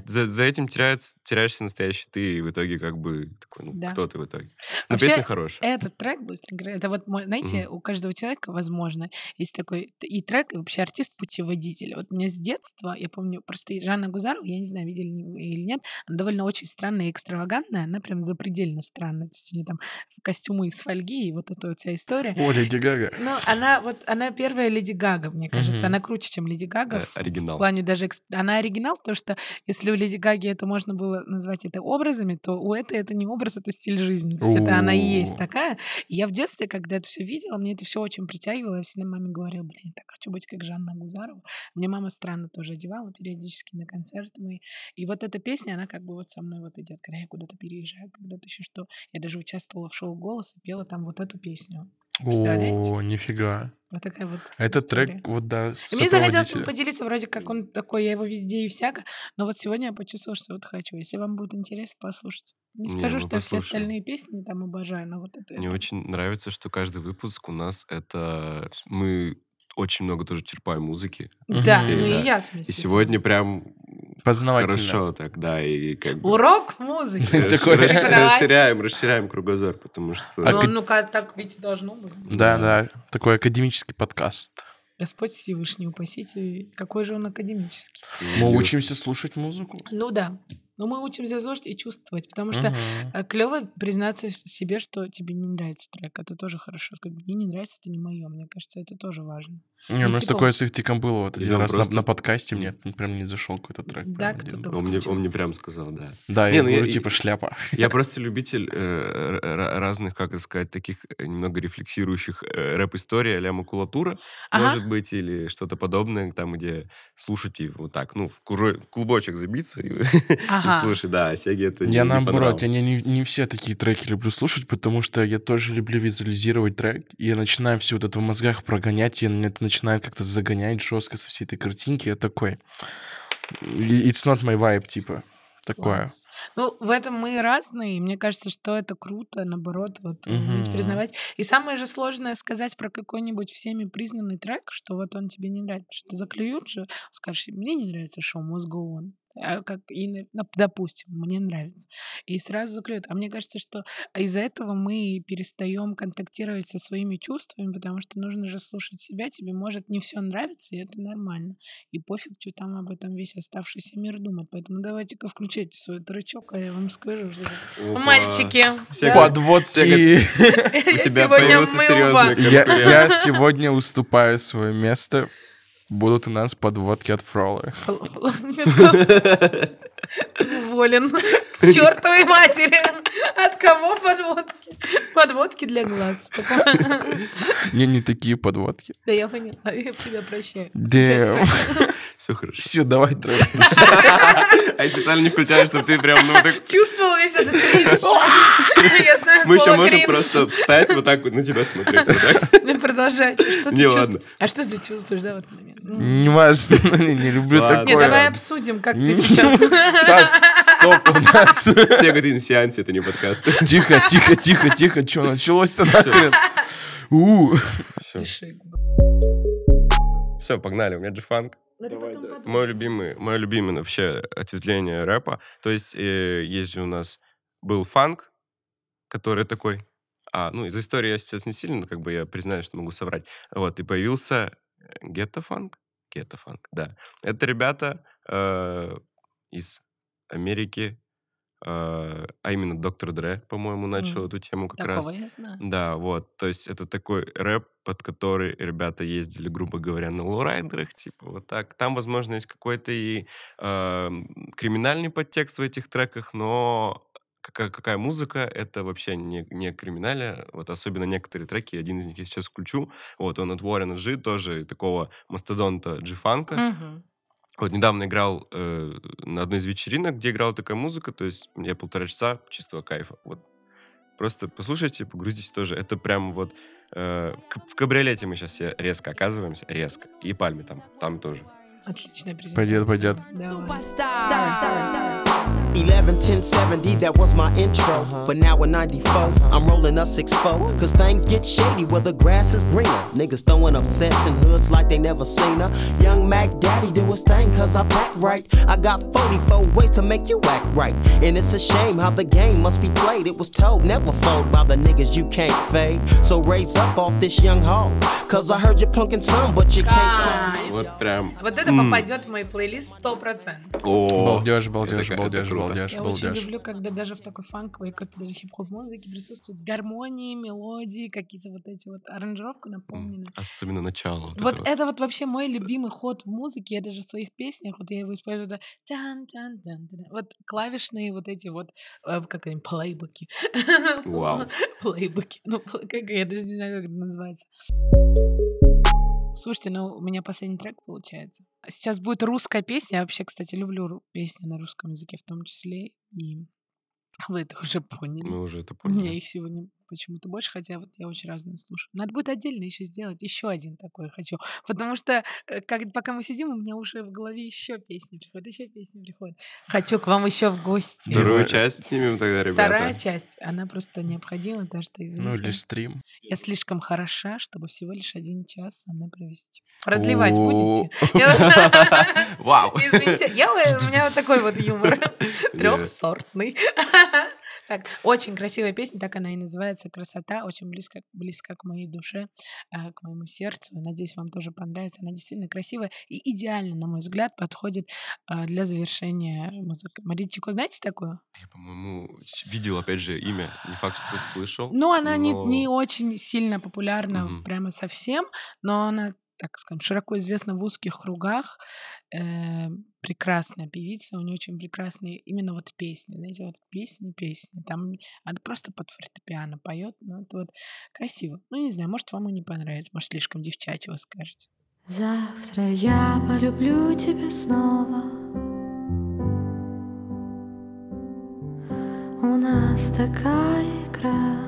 [SPEAKER 1] за, за этим теряется, теряешься настоящий ты, и в итоге как бы такой, ну,
[SPEAKER 2] Да.
[SPEAKER 1] кто ты в итоге? Но
[SPEAKER 2] Вообще,
[SPEAKER 1] песня хорошая.
[SPEAKER 2] Этот трек, быстро говоря, это вот, мой, знаете, у каждого человека, возможно, есть такой т- и трек, и вообще артист-путеводитель. Вот мне с детства, я помню, просто и Жанна Гузарова, я не знаю, видели ли вы или нет, она довольно очень странная и экстравагантная, она прям прям запредельно странно. То есть у нее там костюмы из фольги и вот эта вот вся история.
[SPEAKER 3] О, Леди Гага.
[SPEAKER 2] Ну, она вот, она первая Леди Гага, мне кажется.
[SPEAKER 3] Мгм.
[SPEAKER 2] Она круче, чем Леди Гага.
[SPEAKER 1] Э,
[SPEAKER 2] в- В
[SPEAKER 1] оригинал.
[SPEAKER 2] плане даже... эксп- Она оригинал, потому что если у Леди Гаги это можно было назвать это образами, то у этой это не образ, это стиль жизни. То есть это она и есть
[SPEAKER 3] У.
[SPEAKER 2] такая. И я в детстве, когда это все видела, мне это все очень притягивало. Я всегда маме говорила, блин, я так хочу быть, как Жанна Гузарова. Мне мама странно тоже одевала периодически на концерты мои. И вот эта песня, она как бы вот со мной вот идет, когда я куда-то переезжаю, когда-то еще что. Я даже участвовала в шоу «Голос» и пела там вот эту песню. Представляете?
[SPEAKER 3] О, нифига.
[SPEAKER 2] Вот такая вот
[SPEAKER 3] А Этот
[SPEAKER 2] история.
[SPEAKER 3] трек, вот
[SPEAKER 2] И
[SPEAKER 3] да,
[SPEAKER 2] мне захотелось им
[SPEAKER 3] сопроводителя.
[SPEAKER 2] поделиться, вроде как он такой, я его везде и всяко, но вот сегодня я почувствовала, что вот хочу. Если вам будет интересно, послушать. Не
[SPEAKER 1] Не,
[SPEAKER 2] скажу,
[SPEAKER 1] мы
[SPEAKER 2] что я все
[SPEAKER 1] послушаем.
[SPEAKER 2] остальные песни там обожаю, но вот это...
[SPEAKER 1] Мне очень нравится, что каждый выпуск у нас это... Мы очень много тоже черпаем музыки.
[SPEAKER 2] Да,
[SPEAKER 3] Мгм.
[SPEAKER 2] ну
[SPEAKER 1] Да.
[SPEAKER 2] и я в смысле.
[SPEAKER 1] И сегодня прям
[SPEAKER 3] Познавательно.
[SPEAKER 1] хорошо так, да, и как бы... [LAUGHS]
[SPEAKER 2] Урок музыки.
[SPEAKER 1] Расш-
[SPEAKER 3] Такой.
[SPEAKER 1] расш-
[SPEAKER 2] Давай.
[SPEAKER 1] Расширяем, расширяем кругозор, потому что...
[SPEAKER 3] А
[SPEAKER 2] Ну,
[SPEAKER 3] к-
[SPEAKER 2] ну как так ведь и должно быть. ну,
[SPEAKER 3] Да, да, такой академический подкаст.
[SPEAKER 2] Господь Всевышний, упасите, какой же он академический.
[SPEAKER 3] Мы учимся слушать музыку.
[SPEAKER 2] Ну да. Но мы учимся слушать и чувствовать, потому что э,
[SPEAKER 3] Мгм.
[SPEAKER 2] Клево признаться с- себе, что тебе не нравится трек. Это тоже хорошо. Сказать, мне не нравится, это не мое. Мне кажется, это тоже важно.
[SPEAKER 3] Не, у нас
[SPEAKER 2] типа-
[SPEAKER 3] такое с Ивтиком было вот
[SPEAKER 1] Или
[SPEAKER 3] один
[SPEAKER 1] он
[SPEAKER 3] раз на-
[SPEAKER 1] просто-
[SPEAKER 3] на подкасте, мне прям не зашел какой-то трек.
[SPEAKER 2] Да,
[SPEAKER 3] прям один.
[SPEAKER 2] кто-то
[SPEAKER 1] Он мне, он мне прям сказал, да.
[SPEAKER 3] Да,
[SPEAKER 1] Не,
[SPEAKER 3] я
[SPEAKER 1] ну я-
[SPEAKER 3] говорю,
[SPEAKER 1] и- [LAUGHS]
[SPEAKER 3] типа шляпа.
[SPEAKER 1] Я просто любитель э, р- р- разных, как это сказать, таких э, немного рефлексирующих э, рэп-историй а-ля макулатура,
[SPEAKER 2] Ага.
[SPEAKER 1] может быть, или что-то подобное, там, где слушать и вот так, ну, в куро- клубочек забиться и,
[SPEAKER 2] Ага.
[SPEAKER 1] и слушать, да, а Сеге это не-
[SPEAKER 3] Я
[SPEAKER 1] не
[SPEAKER 3] наоборот,
[SPEAKER 1] понравилось.
[SPEAKER 3] я не, не- не все такие треки люблю слушать, потому что я тоже люблю визуализировать трек, и я начинаю все вот это в мозгах прогонять, и меня это начинает как-то загонять жестко со всей этой картинки, я такой... и- It's not my vibe, типа. Такое.
[SPEAKER 2] Класс. Ну, в этом мы и разные. и Мне кажется, что это круто, наоборот, вот э, уметь
[SPEAKER 3] Мгм.
[SPEAKER 2] признавать. И самое же сложное сказать про какой-нибудь всеми признанный трек, что вот он тебе не нравится. Потому что заклюют же, скажешь, мне не нравится шоу «Мозгу он». А как, и, на- на- допустим, мне нравится. И сразу заклюют. А мне кажется, что из-за этого мы и перестаем контактировать со своими чувствами, потому что нужно же слушать себя, тебе может не все нравится, и это нормально и пофиг, что там об этом весь оставшийся мир думает. Поэтому давайте-ка включайте свой трючок, а я вам скажу. Что...
[SPEAKER 1] Опа.
[SPEAKER 2] Мальчики,
[SPEAKER 1] Сега-
[SPEAKER 2] да.
[SPEAKER 3] Подводки!
[SPEAKER 1] У
[SPEAKER 2] [LAUGHS]
[SPEAKER 1] тебя
[SPEAKER 2] сегодня
[SPEAKER 1] появился
[SPEAKER 2] мыло. [LAUGHS]
[SPEAKER 1] серьезный
[SPEAKER 3] Я, я
[SPEAKER 1] конкурент.
[SPEAKER 3] сегодня уступаю свое место. Будут у нас подводки от Фролы.
[SPEAKER 1] [LAUGHS]
[SPEAKER 2] Уволен. К чертовой матери. От кого подводки? Подводки для глаз.
[SPEAKER 3] [LAUGHS]
[SPEAKER 2] [LAUGHS]
[SPEAKER 3] Не, не такие подводки.
[SPEAKER 2] Да я поняла, я тебя прощаю.
[SPEAKER 3] Дэм.
[SPEAKER 1] Все хорошо.
[SPEAKER 3] Все, давай трек.
[SPEAKER 1] А я специально не включаю, чтобы ты прям, ну, так...
[SPEAKER 2] Чувствовал весь этот кринж. [LAUGHS] Я знаю
[SPEAKER 1] Мы еще
[SPEAKER 2] слово
[SPEAKER 1] можем
[SPEAKER 2] кринж.
[SPEAKER 1] просто встать вот так вот на тебя смотреть. вот так.
[SPEAKER 2] Ну, Продолжай. Что ты
[SPEAKER 1] Не, ладно.
[SPEAKER 2] чувствуешь? А что ты чувствуешь, да, в этот момент? Ну,
[SPEAKER 3] Не важно, не не люблю
[SPEAKER 1] Ладно.
[SPEAKER 2] Не,
[SPEAKER 1] Ой,
[SPEAKER 2] давай
[SPEAKER 3] такое.
[SPEAKER 1] ладно.
[SPEAKER 2] обсудим, как ты сейчас.
[SPEAKER 3] Так, стоп, у нас.
[SPEAKER 1] Сега, ты на сеансе, это не подкаст.
[SPEAKER 3] Тихо, тихо, тихо, тихо. Что началось-то нахрен? У.
[SPEAKER 1] Все,
[SPEAKER 2] Дыши.
[SPEAKER 1] все, погнали, у меня джифанк.
[SPEAKER 2] Ну, ты потом подумай.
[SPEAKER 1] Мой любимый, мое любимое вообще ответвление рэпа. То есть э, есть же у нас был фанк, который такой... А, ну, из истории я сейчас не сильно, но как бы я признаю, что могу соврать. Вот, и появился э, гетто-фанк. Гетто-фанк, да. Это ребята э, из Америки, э, а именно Доктор Дре, по-моему, начал
[SPEAKER 2] Мгм.
[SPEAKER 1] эту тему как раз.
[SPEAKER 2] Такого я знаю.
[SPEAKER 1] Да, вот. То есть это такой рэп, под который ребята ездили, грубо говоря, на лоурайдерах, типа вот так. Там, возможно, есть какой-то и эм, криминальный подтекст в этих треках, но какая, какая музыка, это вообще не, не криминаля. Вот особенно некоторые треки, один из них я сейчас включу. Вот он от Warren G, тоже такого мастодонта джифанка.
[SPEAKER 2] Мгм.
[SPEAKER 1] Вот недавно играл э, на одной из вечеринок, где играла такая музыка, то есть я полтора часа чистого кайфа. Вот просто послушайте, погрузитесь тоже. Это прям вот э, в каб- в кабриолете мы сейчас все резко оказываемся, резко. И пальме там, там тоже.
[SPEAKER 2] Отличная презентация.
[SPEAKER 3] Пойдет, пойдет.
[SPEAKER 2] Давай.
[SPEAKER 9] 11, 10, 70, that was my intro. But now in 94, I'm rolling a 6 4. Cause things get shady where the grass is greener. Niggas throwing up sets in hoods like they never seen her. Young Mac Daddy do his thing cause I pack right. I got 44 ways to make you act right. And it's a shame how the game must be played. It was told never fold by the niggas you can't
[SPEAKER 2] Ah.
[SPEAKER 9] fade. So raise up off this young hoe. Cause I heard you punkin' some, but you can't.
[SPEAKER 1] Вот прям.
[SPEAKER 2] Вот это попадет в мой плейлист 100%.
[SPEAKER 1] О,
[SPEAKER 3] Балдеж, балдеж,
[SPEAKER 1] это
[SPEAKER 3] балдеж,
[SPEAKER 1] круто.
[SPEAKER 3] балдеж,
[SPEAKER 2] Я очень
[SPEAKER 3] балдеж.
[SPEAKER 2] люблю, когда даже в такой фанковой какой-то даже хип-хоп музыке присутствуют гармонии, мелодии, какие-то вот эти вот аранжировку наполнены.
[SPEAKER 1] Особенно начало. вот
[SPEAKER 2] Вот
[SPEAKER 1] это вот.
[SPEAKER 2] это вот вообще мой любимый ход в музыке, я даже в своих песнях, вот я его использую, да, тан тан тан тан вот клавишные вот эти вот, э, как они, плейбуки. [LAUGHS]
[SPEAKER 1] Вау.
[SPEAKER 2] Плейбуки, ну, пл- как я даже не знаю, как это называется. Слушайте, ну, у меня последний трек получается. А Сейчас будет русская песня, я вообще, кстати, люблю ру- песни на русском языке в том числе, и вы это уже поняли.
[SPEAKER 1] Мы уже это
[SPEAKER 2] У меня
[SPEAKER 1] поняли.
[SPEAKER 2] их сегодня почему-то больше, хотя вот я очень разные слушаю. Надо будет отдельно еще сделать, еще один такой хочу. Потому что э, как, пока мы сидим, у меня уже в голове еще песни приходят, еще песни приходят. Хочу к вам еще в гости.
[SPEAKER 1] Вторую часть снимем тогда,
[SPEAKER 2] Вторая
[SPEAKER 1] ребята.
[SPEAKER 2] часть, она просто необходима, даже что
[SPEAKER 3] Ну или
[SPEAKER 2] извините.
[SPEAKER 3] стрим.
[SPEAKER 2] Я слишком хороша, чтобы всего лишь один час со мной провести. Продлевать будете? [LAUGHS]
[SPEAKER 1] Вау.
[SPEAKER 2] Извините, я, у меня вот такой вот юмор. Трехсортный. [LAUGHS] Так, очень красивая песня, так она и называется «Красота», очень близко, близко к моей душе, а, к моему сердцу. Надеюсь, вам тоже понравится. Она действительно красивая и идеально, на мой взгляд, подходит а, для завершения музыки. Мария Чико, знаете такую?
[SPEAKER 1] Я, по-моему, ч- видел, опять же, имя. Не факт, что слышал.
[SPEAKER 2] Ну, она не,
[SPEAKER 1] но-
[SPEAKER 2] не очень сильно популярна в-
[SPEAKER 1] Мгм.
[SPEAKER 2] прямо совсем, но она, так скажем, широко известна в узких кругах. Э, прекрасная певица, у нее очень прекрасные именно вот песни, знаете, вот песни, песни. Там она просто под фортепиано поет, ну это вот красиво. Ну, не знаю, может, вам и не понравится, может, слишком девчачье вы скажете.
[SPEAKER 8] Завтра я полюблю тебя снова. У нас такая игра.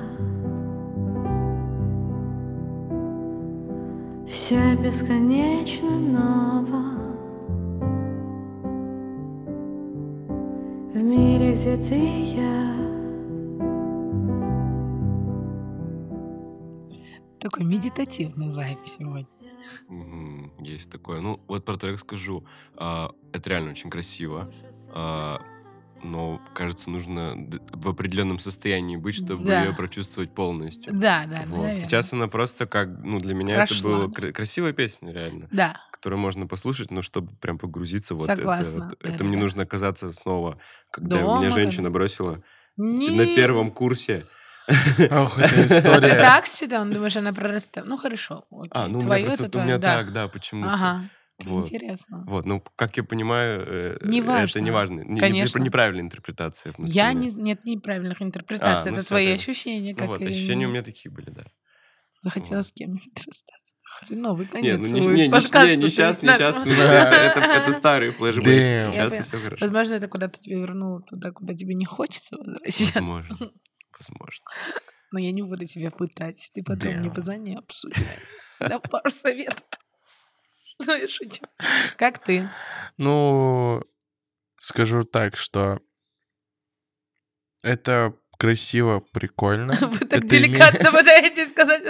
[SPEAKER 8] Все бесконечно ново. В мире, где ты и я.
[SPEAKER 2] Такой медитативный вайб сегодня.
[SPEAKER 1] Мгм, Есть такое. Ну, вот про трек скажу. А, Это реально очень красиво. А, Но, кажется, нужно д- в определенном состоянии быть, чтобы
[SPEAKER 2] Да.
[SPEAKER 1] ее прочувствовать полностью.
[SPEAKER 2] Да, да,
[SPEAKER 1] Вот.
[SPEAKER 2] да. наверное.
[SPEAKER 1] Сейчас она просто как, ну, для меня
[SPEAKER 2] Прошла.
[SPEAKER 1] это была кра- красивая песня, реально,
[SPEAKER 2] Да,
[SPEAKER 1] которую можно послушать, но чтобы прям погрузиться вот
[SPEAKER 2] Согласна,
[SPEAKER 1] это. вот.
[SPEAKER 2] да,
[SPEAKER 1] это
[SPEAKER 2] да,
[SPEAKER 1] мне
[SPEAKER 2] да.
[SPEAKER 1] нужно оказаться снова, когда
[SPEAKER 2] Дома,
[SPEAKER 1] меня
[SPEAKER 2] да.
[SPEAKER 1] женщина бросила
[SPEAKER 2] не...
[SPEAKER 1] на первом курсе.
[SPEAKER 3] Ох, это
[SPEAKER 2] Ты
[SPEAKER 3] история.
[SPEAKER 2] [LAUGHS] так всегда, ну, думаешь, она прорастает. Ну, хорошо. окей,
[SPEAKER 1] А, ну, у меня
[SPEAKER 2] твоё
[SPEAKER 1] просто,
[SPEAKER 2] это
[SPEAKER 1] у меня
[SPEAKER 2] твоё, да.
[SPEAKER 1] так, да, почему-то.
[SPEAKER 2] Ага,
[SPEAKER 1] Вот.
[SPEAKER 2] интересно.
[SPEAKER 1] Вот, ну, как я понимаю, э,
[SPEAKER 2] Не
[SPEAKER 1] это
[SPEAKER 2] важно.
[SPEAKER 1] не важно. Не- не-
[SPEAKER 2] Конечно.
[SPEAKER 1] неправильная интерпретация. в мысли
[SPEAKER 2] Я
[SPEAKER 1] у меня.
[SPEAKER 2] не, нет неправильных интерпретаций,
[SPEAKER 1] А, ну
[SPEAKER 2] это
[SPEAKER 1] всё,
[SPEAKER 2] твои
[SPEAKER 1] тогда.
[SPEAKER 2] ощущения.
[SPEAKER 1] Ну
[SPEAKER 2] Как
[SPEAKER 1] вот,
[SPEAKER 2] или
[SPEAKER 1] ощущения у
[SPEAKER 2] не.
[SPEAKER 1] меня такие были, да.
[SPEAKER 2] Захотела с кем-нибудь расстаться. Хреновый
[SPEAKER 1] не,
[SPEAKER 2] конец.
[SPEAKER 1] ну не,
[SPEAKER 2] свой
[SPEAKER 1] не, не,
[SPEAKER 2] подкаста,
[SPEAKER 1] не, не
[SPEAKER 2] ты
[SPEAKER 1] сейчас, не
[SPEAKER 2] знаю.
[SPEAKER 1] сейчас. в смысле, Это, это- это старые
[SPEAKER 3] Damn.
[SPEAKER 1] флешбеки.
[SPEAKER 2] Я
[SPEAKER 1] Сейчас-то
[SPEAKER 2] поняла.
[SPEAKER 1] все хорошо.
[SPEAKER 2] Возможно, это куда-то тебя вернуло туда, куда тебе не хочется возвращаться.
[SPEAKER 1] Возможно. Возможно.
[SPEAKER 2] Но я не буду тебя пытать. Ты потом мне
[SPEAKER 3] Damn.
[SPEAKER 1] [LAUGHS]
[SPEAKER 2] позвони, обсудим. Да, пару советов. Ну, я шучу. Как
[SPEAKER 1] [LAUGHS]
[SPEAKER 2] ты?
[SPEAKER 3] Ну, скажу так, что это красиво, прикольно.
[SPEAKER 2] [LAUGHS] Вы так
[SPEAKER 3] Это име-
[SPEAKER 2] деликатно пытаетесь сказать.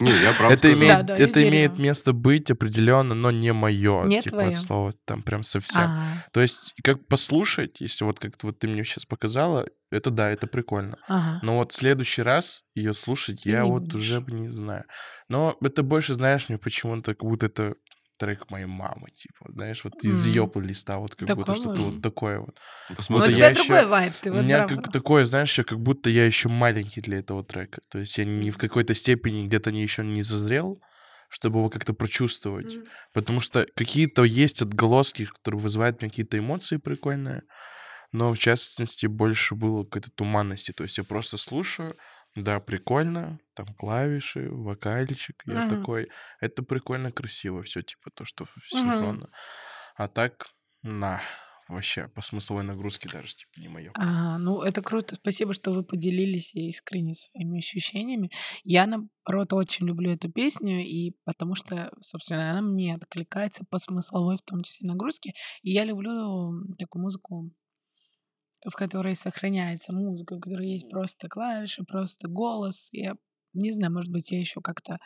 [SPEAKER 1] Не, я правда
[SPEAKER 3] [LAUGHS] Это
[SPEAKER 1] скажу.
[SPEAKER 3] имеет,
[SPEAKER 2] Да, да, я
[SPEAKER 3] это имеет
[SPEAKER 2] верю.
[SPEAKER 3] место быть определенно, но не мое.
[SPEAKER 2] Не
[SPEAKER 3] типа
[SPEAKER 2] твоё.
[SPEAKER 3] от слова там прям совсем.
[SPEAKER 2] Ага,
[SPEAKER 3] То есть, как послушать, если вот как-то вот ты мне сейчас показала, это да, это прикольно.
[SPEAKER 2] ага.
[SPEAKER 3] Но вот в следующий раз ее слушать
[SPEAKER 2] Ты
[SPEAKER 3] я
[SPEAKER 2] не
[SPEAKER 3] вот
[SPEAKER 2] будешь.
[SPEAKER 3] уже б не знаю. Но это больше, знаешь, мне почему-то как будто это трек моей мамы, типа, знаешь, вот из ее
[SPEAKER 2] Мгм.
[SPEAKER 3] плейлиста, вот как
[SPEAKER 2] Такое
[SPEAKER 3] будто что-то
[SPEAKER 2] можно.
[SPEAKER 3] вот такое вот.
[SPEAKER 2] Ну, у
[SPEAKER 3] Вот
[SPEAKER 1] Посмотрим.
[SPEAKER 2] тебя
[SPEAKER 3] я ещё-
[SPEAKER 2] другой вайб, ты
[SPEAKER 3] У
[SPEAKER 2] вот
[SPEAKER 3] меня
[SPEAKER 2] прав.
[SPEAKER 3] как такое, знаешь, я как будто я еще маленький для этого трека. То есть я не в какой-то степени где-то не еще не созрел, чтобы его как-то прочувствовать. Потому что какие-то есть отголоски, которые вызывают у меня какие-то эмоции прикольные. Но в частности больше было какой-то туманности. То есть я просто слушаю, да, прикольно, там клавиши, вокальчик. Я
[SPEAKER 2] Мгм.
[SPEAKER 3] такой, это прикольно, красиво, все типа то, что
[SPEAKER 2] Мгм.
[SPEAKER 3] синхронно. А так, на, вообще, по смысловой нагрузке даже типа не мое.
[SPEAKER 2] А, ну, это круто. Спасибо, что вы поделились и искренне своими ощущениями. Я, наоборот, очень люблю эту песню, и потому что, собственно, она мне откликается по смысловой, в том числе, нагрузке. И я люблю такую музыку, в которой сохраняется музыка, в которой есть просто клавиши, просто голос. Я не знаю, может быть, я еще как-то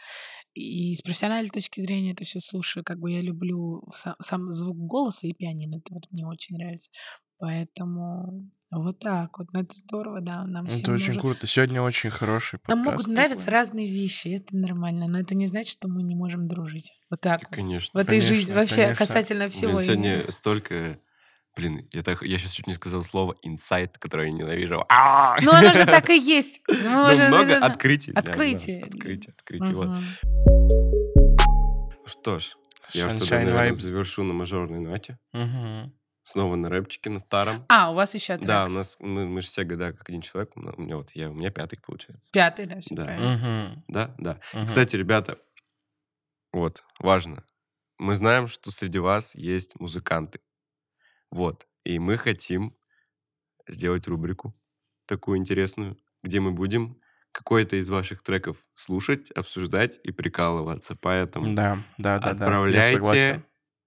[SPEAKER 2] и с профессиональной точки зрения это все слушаю. Как бы я люблю сам, сам звук голоса и пианино. Это вот мне очень нравится. Поэтому вот так вот. Ну, это здорово, да. Нам всем
[SPEAKER 3] Это очень
[SPEAKER 2] нужен-
[SPEAKER 3] круто. Сегодня очень хороший подкаст.
[SPEAKER 2] Нам могут нравиться разные вещи, и это нормально, но это не значит, что мы не можем дружить. Вот так. вот. В
[SPEAKER 1] Конечно.
[SPEAKER 2] этой
[SPEAKER 3] Конечно,
[SPEAKER 2] жизни вообще
[SPEAKER 3] конечно.
[SPEAKER 2] касательно всего.
[SPEAKER 1] Блин,
[SPEAKER 2] именно.
[SPEAKER 1] [LAUGHS] сегодня столько... Блин, я, так, я сейчас чуть не сказал слово «инсайт», которое я ненавижу. А!
[SPEAKER 2] Ну, оно же так и есть. Мы
[SPEAKER 1] Ну,
[SPEAKER 2] уже-
[SPEAKER 1] много
[SPEAKER 2] да-да-да.
[SPEAKER 1] открытий. для нас.
[SPEAKER 2] Открытий.
[SPEAKER 1] Открытий, открытий. вот. Ну
[SPEAKER 2] Мгм.
[SPEAKER 1] Что ж, я уже тогда,
[SPEAKER 3] Sunshine
[SPEAKER 1] наверное,
[SPEAKER 3] vibes.
[SPEAKER 1] завершу на мажорной ноте.
[SPEAKER 3] Мгм.
[SPEAKER 1] Снова на рэпчике, на старом.
[SPEAKER 2] А, у вас еще трек.
[SPEAKER 1] Да, у нас мы, мы же все года как один человек. У меня- у меня вот я, у меня пятый получается.
[SPEAKER 2] Пятый, да, все
[SPEAKER 1] Да.
[SPEAKER 2] правильно.
[SPEAKER 3] Мгм.
[SPEAKER 1] Да, да.
[SPEAKER 3] Мгм.
[SPEAKER 1] Кстати, ребята, вот, важно. Мы знаем, что среди вас есть музыканты. Вот. И мы хотим сделать рубрику такую интересную, где мы будем какой-то из ваших треков слушать, обсуждать и прикалываться. Поэтому
[SPEAKER 3] Да, да, да, да. Я
[SPEAKER 1] отправляйте
[SPEAKER 3] согласен.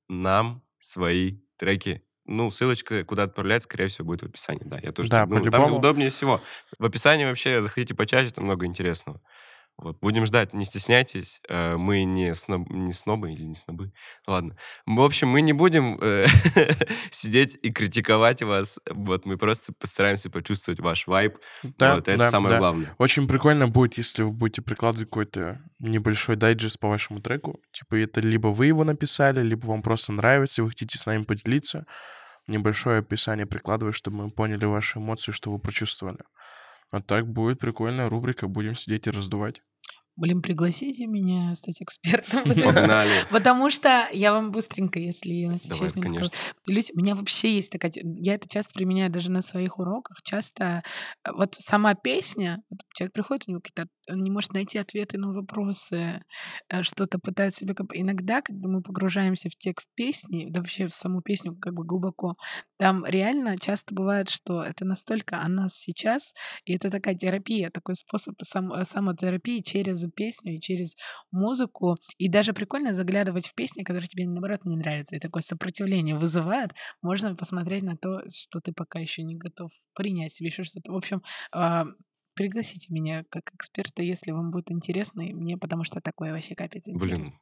[SPEAKER 1] нам свои треки. Ну, ссылочка, куда отправлять, скорее всего, будет в описании. Да, я тоже
[SPEAKER 3] Да,
[SPEAKER 1] так думаю. Там
[SPEAKER 3] по-любому.
[SPEAKER 1] удобнее всего. В описании вообще заходите почаще, там много интересного. Вот, будем ждать, не стесняйтесь. Э, Мы не, сноб- не снобы или не снобы. Ладно. В общем, мы не будем э, [LAUGHS] сидеть и критиковать вас. Вот, мы просто постараемся почувствовать ваш вайб.
[SPEAKER 3] Да,
[SPEAKER 1] вот, это
[SPEAKER 3] да,
[SPEAKER 1] самое
[SPEAKER 3] да.
[SPEAKER 1] главное.
[SPEAKER 3] [LAUGHS] Очень прикольно будет, если вы будете прикладывать какой-то небольшой дайджест по вашему треку. Типа это либо вы его написали, либо вам просто нравится, и вы хотите с нами поделиться. Небольшое описание прикладываю, чтобы мы поняли ваши эмоции, что вы прочувствовали. А так будет прикольная рубрика, будем сидеть и раздувать.
[SPEAKER 2] Блин, пригласите меня стать
[SPEAKER 1] [LAUGHS]
[SPEAKER 2] экспертом.
[SPEAKER 1] Погнали.
[SPEAKER 2] Потому что я вам быстренько, если я нас
[SPEAKER 1] Давай,
[SPEAKER 2] честно не
[SPEAKER 1] конечно.
[SPEAKER 2] скажу, поделюсь. У меня вообще есть такая... те- Я это часто применяю даже на своих уроках. Часто э, вот сама песня, вот человек приходит, у него какие-то... Он не может найти ответы на вопросы, э, что-то пытается себе... как бы- Иногда, когда мы погружаемся в текст песни, да вообще в саму песню как бы глубоко, там реально часто бывает, что это настолько о нас сейчас, и это такая терапия, такой способ сам- э, самотерапии через песню и через музыку. И даже прикольно заглядывать в песни, которые тебе, наоборот, не нравятся, и такое сопротивление вызывает. Можно посмотреть на то, что ты пока еще не готов принять себе еще что-то. В общем, а, пригласите меня как эксперта, если вам будет интересно, и мне, потому что такое вообще капец
[SPEAKER 1] Блин,
[SPEAKER 2] интересно.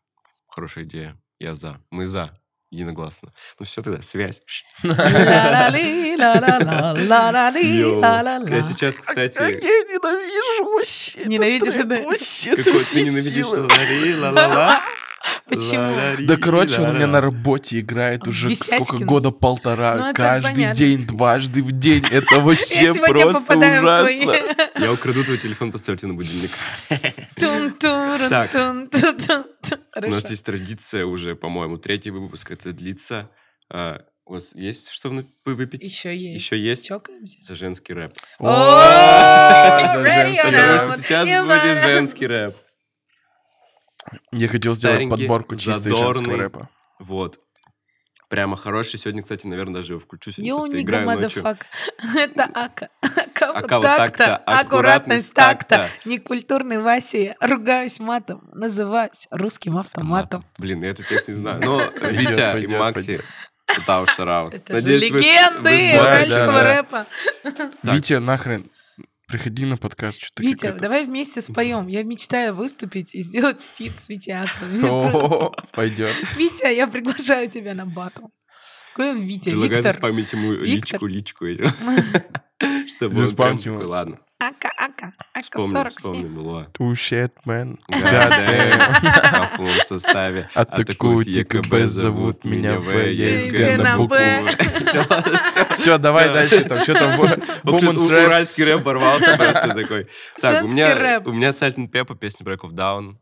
[SPEAKER 1] хорошая идея. Я за. Мы за. Единогласно. Ну все тогда, связь.
[SPEAKER 2] Ла-ла-ли, ла-ла-ла, ла-ла-ли,
[SPEAKER 1] Йоу.
[SPEAKER 2] ла-ла-ла.
[SPEAKER 1] Я сейчас, кстати,
[SPEAKER 3] ненавижу вообще
[SPEAKER 1] Ну,
[SPEAKER 3] этот
[SPEAKER 2] Ненавидишь
[SPEAKER 3] трек,
[SPEAKER 2] это?
[SPEAKER 3] вообще со
[SPEAKER 1] какой ты
[SPEAKER 3] всей
[SPEAKER 1] ненавидишь
[SPEAKER 3] силы.
[SPEAKER 1] лари, ла-ла-ла,
[SPEAKER 3] [LAUGHS]
[SPEAKER 2] Почему?
[SPEAKER 1] ла-ра-ри,
[SPEAKER 3] Да, короче, он у меня
[SPEAKER 1] ла-ра.
[SPEAKER 3] на работе играет уже
[SPEAKER 2] Десятькин.
[SPEAKER 3] сколько года полтора.
[SPEAKER 2] Ну, это
[SPEAKER 3] Каждый
[SPEAKER 2] понятно.
[SPEAKER 3] день, дважды в день. Это
[SPEAKER 2] [LAUGHS] Я
[SPEAKER 3] вообще
[SPEAKER 2] сегодня
[SPEAKER 3] просто
[SPEAKER 2] попадаю в
[SPEAKER 3] ужасно.
[SPEAKER 2] твои... [LAUGHS]
[SPEAKER 1] Я украду твой телефон, поставлю тебе на
[SPEAKER 3] [LAUGHS]
[SPEAKER 1] будильник. Так. У
[SPEAKER 2] Тун-тун-тун-тун-тун.
[SPEAKER 1] нас есть традиция уже, по-моему, третий выпуск. Это длится. А, У вас есть что вны- вы- выпить?
[SPEAKER 2] Еще есть.
[SPEAKER 1] Еще есть?
[SPEAKER 2] Чокаемся.
[SPEAKER 1] За женский рэп.
[SPEAKER 2] О,
[SPEAKER 3] за
[SPEAKER 2] ready or
[SPEAKER 3] женский
[SPEAKER 1] Потому
[SPEAKER 3] рэп.
[SPEAKER 2] not,
[SPEAKER 1] что сейчас
[SPEAKER 2] you
[SPEAKER 1] будет
[SPEAKER 2] must-
[SPEAKER 1] женский рэп.
[SPEAKER 3] Я хотел сделать
[SPEAKER 1] Старенький,
[SPEAKER 3] подборку чистой
[SPEAKER 1] задорный.
[SPEAKER 3] женского рэпа.
[SPEAKER 1] Вот. Прямо хороший. Сегодня, кстати, наверное, даже его включу. Сегодня просто
[SPEAKER 2] Юника,
[SPEAKER 1] играю ночью.
[SPEAKER 2] мадафак. [LAUGHS] Это Ака. ну а Ака вот
[SPEAKER 1] Ака вот
[SPEAKER 2] так-то,
[SPEAKER 1] так-то,
[SPEAKER 2] аккуратность
[SPEAKER 1] аккуратность
[SPEAKER 2] так-то,
[SPEAKER 1] так-то.
[SPEAKER 2] некультурный Вася, ругаюсь матом, называюсь русским автоматом.
[SPEAKER 1] Блин, я этот текст не
[SPEAKER 3] [LAUGHS]
[SPEAKER 1] знаю. Но э,
[SPEAKER 3] Пойдёт,
[SPEAKER 1] Витя и
[SPEAKER 3] пойдёт,
[SPEAKER 1] Макси, да уж, шараут.
[SPEAKER 2] Это же
[SPEAKER 1] вы- вы
[SPEAKER 2] легенды
[SPEAKER 1] смотрите.
[SPEAKER 2] уральского
[SPEAKER 3] да.
[SPEAKER 2] [LAUGHS] рэпа.
[SPEAKER 1] Так.
[SPEAKER 3] Витя, нахрен. Приходи на подкаст. Что ты
[SPEAKER 2] Витя,
[SPEAKER 3] как это?
[SPEAKER 2] давай вместе споем. Я мечтаю выступить и сделать фит с Витя.
[SPEAKER 1] [LAUGHS]
[SPEAKER 3] О, Пойдет.
[SPEAKER 2] Витя, я приглашаю тебя на батл. Какой он Витя?
[SPEAKER 1] Предлагаю
[SPEAKER 2] Виктор.
[SPEAKER 1] заспамить ему
[SPEAKER 2] Виктор.
[SPEAKER 1] личку, личку.
[SPEAKER 2] [LAUGHS]
[SPEAKER 1] этим. Чтобы он прям
[SPEAKER 3] Заспамьте его.
[SPEAKER 1] такой, ладно,
[SPEAKER 2] Ака, ака, ака
[SPEAKER 1] вспомним,
[SPEAKER 2] 47.
[SPEAKER 1] вспомним, Луа.
[SPEAKER 3] Two shit, [LAUGHS] man.
[SPEAKER 1] Да, да, э, в полном
[SPEAKER 3] [LAUGHS]
[SPEAKER 1] составе.
[SPEAKER 3] Атакуют ЕКБ, А зовут меня В, я
[SPEAKER 2] из
[SPEAKER 1] из
[SPEAKER 2] Г на Б.
[SPEAKER 1] [LAUGHS] Все,
[SPEAKER 3] Все, давай
[SPEAKER 1] Всё.
[SPEAKER 3] дальше. Там что там?
[SPEAKER 1] [LAUGHS]
[SPEAKER 3] Woman's rap.
[SPEAKER 1] Уральский рэп порвался просто
[SPEAKER 2] [LAUGHS]
[SPEAKER 1] такой. Так, у
[SPEAKER 2] Женский
[SPEAKER 1] меня,
[SPEAKER 2] рэп.
[SPEAKER 1] у меня Сальтон Пеппа, песня Break of Down.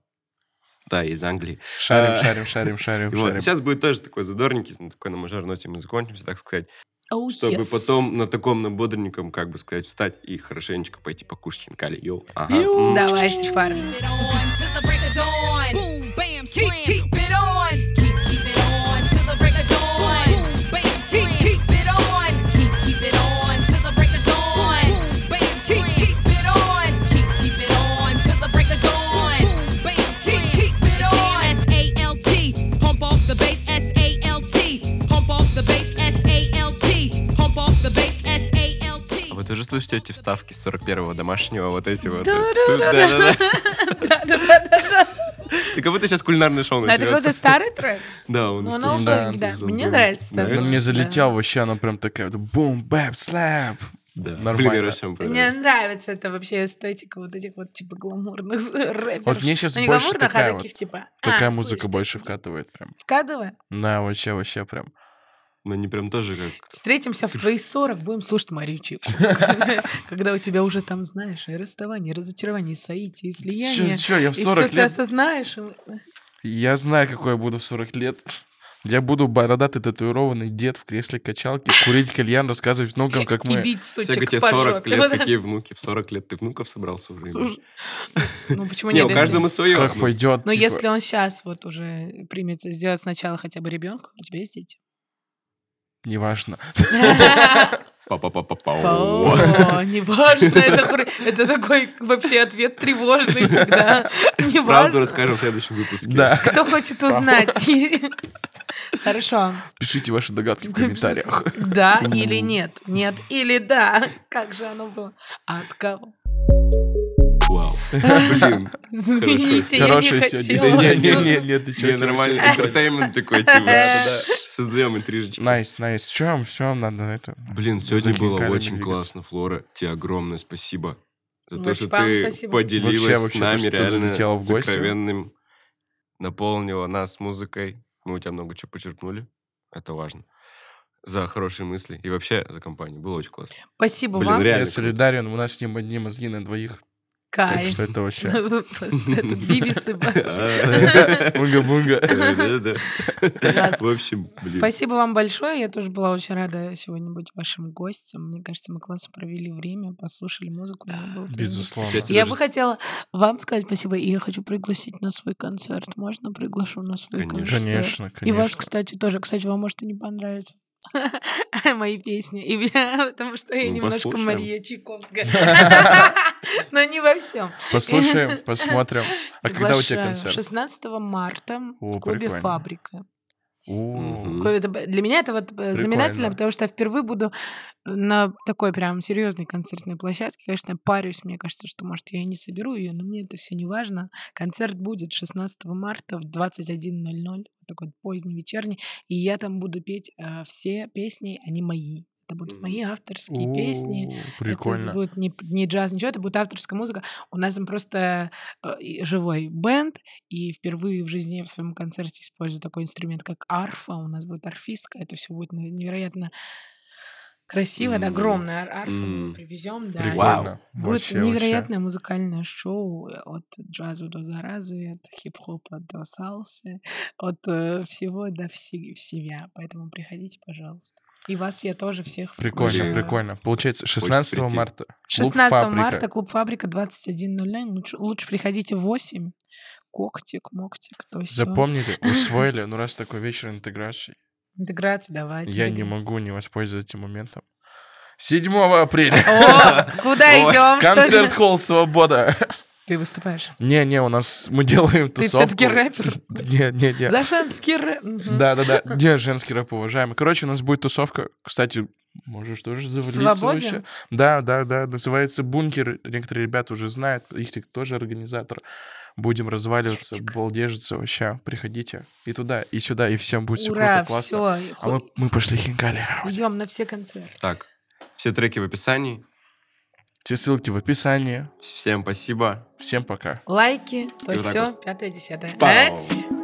[SPEAKER 1] Да, из Англии.
[SPEAKER 3] Шарим,
[SPEAKER 1] А.
[SPEAKER 3] шарим, шарим, шарим,
[SPEAKER 1] И вот,
[SPEAKER 3] шарим.
[SPEAKER 1] сейчас будет тоже такой задорненький, на такой на мажор ноте мы закончимся, так сказать,
[SPEAKER 2] Oh,
[SPEAKER 1] чтобы
[SPEAKER 2] yes.
[SPEAKER 1] потом на таком на бодреньком, как бы сказать, встать и хорошенечко пойти покушать хинкали. Йоу. Ага. М.
[SPEAKER 2] Давайте, парни.
[SPEAKER 10] Keep it on till the break of dawn. Boom, bam, slam. Keep, keep it on. Keep, keep it on till the break of dawn. Boom, bam, slam. Keep, keep it on. Keep, keep it on till the break of dawn. Boom, bam, slam. Keep, keep it on. Keep, keep it on till the break of dawn. Boom, bam, slam. Keep, keep it on. Jam S-A-L-T. Pump off the bass S-A-L-T. Pump off the bass S-A-L-T. Pump off the bass S-A-L-T.
[SPEAKER 1] А вот тоже слышите эти вставки с 41-го домашнего, вот эти вот. Тут- да-да-да.
[SPEAKER 2] [LAUGHS] Да-да-да.
[SPEAKER 1] И как будто сейчас кулинарное шоу
[SPEAKER 2] А Это
[SPEAKER 1] начнется.
[SPEAKER 2] какой-то старый трек?
[SPEAKER 1] Да, он
[SPEAKER 2] Ну,
[SPEAKER 1] из
[SPEAKER 2] она
[SPEAKER 1] того-
[SPEAKER 2] уже,
[SPEAKER 1] да,
[SPEAKER 2] да.
[SPEAKER 1] из
[SPEAKER 2] Мне
[SPEAKER 1] того-
[SPEAKER 2] нравится
[SPEAKER 1] Да.
[SPEAKER 2] старый.
[SPEAKER 3] Она мне
[SPEAKER 2] Да.
[SPEAKER 3] залетела вообще, она прям такая, вот бум, бэп, слэп.
[SPEAKER 1] Да.
[SPEAKER 3] Нормально.
[SPEAKER 1] Блин, Иросима
[SPEAKER 2] Мне
[SPEAKER 1] понравилась.
[SPEAKER 2] нравится это вообще эстетика вот этих вот типа гламурных рэперов.
[SPEAKER 3] Вот мне сейчас
[SPEAKER 2] Ну, не
[SPEAKER 3] больше
[SPEAKER 2] гламурных,
[SPEAKER 3] такая
[SPEAKER 2] а таких
[SPEAKER 3] вот-
[SPEAKER 2] типа... а,
[SPEAKER 3] Такая
[SPEAKER 2] слышь,
[SPEAKER 3] музыка
[SPEAKER 2] ты
[SPEAKER 3] больше вкатывает прям.
[SPEAKER 2] Вкатывай.
[SPEAKER 3] Да, вообще, вообще прям.
[SPEAKER 1] Но Ну, они прям тоже как...
[SPEAKER 2] Встретимся в твои 40, будем слушать Марию Чайковскую.
[SPEAKER 3] [LAUGHS]
[SPEAKER 2] Когда у тебя уже там, знаешь, и расставание, и разочарование, и соитие, и слияние.
[SPEAKER 3] Чё- чё, я в
[SPEAKER 2] И
[SPEAKER 3] 40
[SPEAKER 2] всё ты
[SPEAKER 3] лет-
[SPEAKER 2] осознаешь. и мы-
[SPEAKER 3] Я знаю, какой я буду в 40 лет. Я буду бородатый татуированный дед в кресле качалки, курить кальян, рассказывать внукам, как
[SPEAKER 2] И
[SPEAKER 3] мы...
[SPEAKER 2] бить
[SPEAKER 1] Все,
[SPEAKER 2] сучек
[SPEAKER 1] тебе
[SPEAKER 2] по
[SPEAKER 1] 40
[SPEAKER 2] жопе.
[SPEAKER 1] лет,
[SPEAKER 2] Вот это-
[SPEAKER 1] какие внуки? В 40 лет ты внуков собрался уже? иметь?
[SPEAKER 2] Слушай, Ну почему не
[SPEAKER 1] Не, у
[SPEAKER 2] обязательно?
[SPEAKER 1] каждого свое.
[SPEAKER 3] Как
[SPEAKER 1] Ну,
[SPEAKER 3] пойдет,
[SPEAKER 2] Но
[SPEAKER 3] типа,
[SPEAKER 2] если он сейчас вот уже примется сделать сначала хотя бы ребенка, у тебя есть дети. [LAUGHS]
[SPEAKER 3] неважно.
[SPEAKER 1] Па-па-па-па-пау.
[SPEAKER 2] О, Неважно, это хур- это такой вообще ответ тревожный всегда.
[SPEAKER 1] Правду
[SPEAKER 2] Неважно.
[SPEAKER 1] расскажем в следующем выпуске.
[SPEAKER 3] Да.
[SPEAKER 2] Кто хочет узнать? Хорошо.
[SPEAKER 3] Пишите ваши догадки в комментариях.
[SPEAKER 2] Да или нет? Нет или да? Как же оно было? А От кого?
[SPEAKER 1] Вау.
[SPEAKER 3] [LAUGHS]
[SPEAKER 1] Блин.
[SPEAKER 2] Извините, я не
[SPEAKER 3] Хорошая сегодня.
[SPEAKER 2] хотела.
[SPEAKER 1] Не,
[SPEAKER 3] Не,
[SPEAKER 1] не,
[SPEAKER 3] не, не, ты чё,
[SPEAKER 1] Не, нормальный Entertainment такой, типа. да-да-да. Создаем интрижечку.
[SPEAKER 3] Найс, найс. Все вам, все вам надо это.
[SPEAKER 1] Блин, сегодня было
[SPEAKER 3] хинкалами
[SPEAKER 1] очень
[SPEAKER 3] двигаться.
[SPEAKER 1] классно, Флора. Тебе огромное спасибо за то,
[SPEAKER 2] Вообще
[SPEAKER 1] что
[SPEAKER 2] вам
[SPEAKER 1] ты
[SPEAKER 2] спасибо.
[SPEAKER 1] поделилась
[SPEAKER 3] Вообще, вообще,
[SPEAKER 1] с
[SPEAKER 3] то,
[SPEAKER 1] нами
[SPEAKER 3] что залетела
[SPEAKER 1] реально
[SPEAKER 3] в гости.
[SPEAKER 1] сокровенным, наполнила нас музыкой. Мы у тебя много чего почерпнули. Это важно. За хорошие мысли и вообще за компанию. Было очень классно.
[SPEAKER 2] Спасибо
[SPEAKER 1] Блин,
[SPEAKER 2] вам.
[SPEAKER 1] реально
[SPEAKER 3] Я
[SPEAKER 1] круто.
[SPEAKER 3] солидарен, у нас с ним одни мозги на двоих. Так
[SPEAKER 2] Кайф.
[SPEAKER 3] что это вообще...
[SPEAKER 2] [LAUGHS] Ну, вы Просто это Бибис и Баттер.
[SPEAKER 1] А.
[SPEAKER 3] [LAUGHS]
[SPEAKER 1] [LAUGHS]
[SPEAKER 3] Бунга-бунга.
[SPEAKER 1] Да-да-да.
[SPEAKER 2] Класс.
[SPEAKER 1] В общем, блин.
[SPEAKER 2] Спасибо вам большое. Я тоже была очень рада сегодня быть вашим гостем. Мне кажется, мы классно провели время, послушали музыку. мне было
[SPEAKER 3] Безусловно.
[SPEAKER 1] Часть
[SPEAKER 2] Я
[SPEAKER 1] даже-
[SPEAKER 2] бы хотела вам сказать спасибо, и я хочу пригласить на свой концерт. Можно приглашу на свой
[SPEAKER 1] Конечно.
[SPEAKER 2] концерт?
[SPEAKER 3] Конечно, конечно.
[SPEAKER 2] И ваш, кстати, тоже. Кстати, вам может и не понравится. [LAUGHS] Мои песни. И я- [LAUGHS] потому что я
[SPEAKER 1] Ну,
[SPEAKER 2] немножко
[SPEAKER 1] послушаем.
[SPEAKER 2] Мария
[SPEAKER 3] [LAUGHS]
[SPEAKER 2] Чайковская. Но не во всем.
[SPEAKER 3] Послушаем,
[SPEAKER 2] [LAUGHS]
[SPEAKER 3] посмотрим. А когда у тебя
[SPEAKER 2] Приглашаю.
[SPEAKER 3] концерт?
[SPEAKER 2] 16 марта
[SPEAKER 3] О,
[SPEAKER 2] в клубе
[SPEAKER 3] прикольно.
[SPEAKER 2] «Фабрика».
[SPEAKER 3] О,
[SPEAKER 1] Мгм.
[SPEAKER 2] Какое это б- Для меня это вот э, знаменательно,
[SPEAKER 3] Прикольно.
[SPEAKER 2] потому что я впервые буду на такой прям серьезной концертной площадке. Конечно, я парюсь, мне кажется, что, может, я и не соберу ее, но мне это все не важно. Концерт будет 16 марта в 21.00, такой поздний вечерний, и я там буду петь э, все песни, они мои. Это будут мои авторские песни.
[SPEAKER 3] о,
[SPEAKER 2] Это
[SPEAKER 3] Прикольно.
[SPEAKER 2] будет не, не джаз, ничего, это будет авторская музыка. У нас там просто э, и живой бенд, и впервые в жизни я в своем концерте использую такой инструмент, как арфа. У нас будет арфистка, это все будет нев- невероятно красиво, да,
[SPEAKER 1] М.
[SPEAKER 2] огромная ар- арфа
[SPEAKER 1] М.
[SPEAKER 2] мы привезем, да.
[SPEAKER 3] Прикольно.
[SPEAKER 2] Будет
[SPEAKER 3] Вообще, вообще.
[SPEAKER 2] невероятное музыкальное шоу э, от джаза до заразы, от хип-хопа до салсы, от э, всего до вси- всего. Поэтому приходите, пожалуйста. И вас я тоже всех
[SPEAKER 1] Блин.
[SPEAKER 3] Прикольно,
[SPEAKER 2] приглашаю.
[SPEAKER 3] прикольно. Получается, 16
[SPEAKER 1] прийти.
[SPEAKER 3] марта. клуб
[SPEAKER 2] 16
[SPEAKER 3] «Фабрика».
[SPEAKER 2] марта, клуб «Фабрика», 21.00. Лучше, лучше приходите в 8. Коктик, моктик, то есть [LAUGHS]
[SPEAKER 3] Запомнили, усвоили, ну раз такой вечер интеграции,
[SPEAKER 2] Интеграция, давайте.
[SPEAKER 3] я не
[SPEAKER 2] Интеграция.
[SPEAKER 3] могу не воспользоваться этим моментом. 7 апреля.
[SPEAKER 2] О, куда
[SPEAKER 3] Ой,
[SPEAKER 2] идем?
[SPEAKER 3] Концерт холл «Свобода».
[SPEAKER 2] Ты выступаешь.
[SPEAKER 3] Не-не, у нас мы делаем
[SPEAKER 2] Ты
[SPEAKER 3] тусовку.
[SPEAKER 2] всё-таки
[SPEAKER 3] [LAUGHS]
[SPEAKER 2] рэпер.
[SPEAKER 3] Не-не-не.
[SPEAKER 2] Зашанский рэп. Мгм.
[SPEAKER 3] Да-да-да, не, женский рэп, уважаемый. Короче, у нас будет тусовка, кстати, можешь тоже завалиться
[SPEAKER 2] «Свободе»?
[SPEAKER 3] вообще. Да-да-да, называется «Бункер», некоторые ребята уже знают, их так тоже организатор. Будем разваливаться, балдежиться вообще, приходите и туда, и сюда, и всем будет все круто,
[SPEAKER 2] Ура,
[SPEAKER 3] классно.
[SPEAKER 2] все.
[SPEAKER 3] А мы, мы пошли хинкали.
[SPEAKER 2] Идем на все концерты.
[SPEAKER 1] Так, все треки в описании.
[SPEAKER 3] Все ссылки в описании.
[SPEAKER 1] Всем спасибо.
[SPEAKER 3] Всем пока.
[SPEAKER 2] Лайки, то
[SPEAKER 1] И вот так
[SPEAKER 2] все,
[SPEAKER 1] вот.
[SPEAKER 2] пятое, десятое.
[SPEAKER 1] Пау.
[SPEAKER 2] Ать.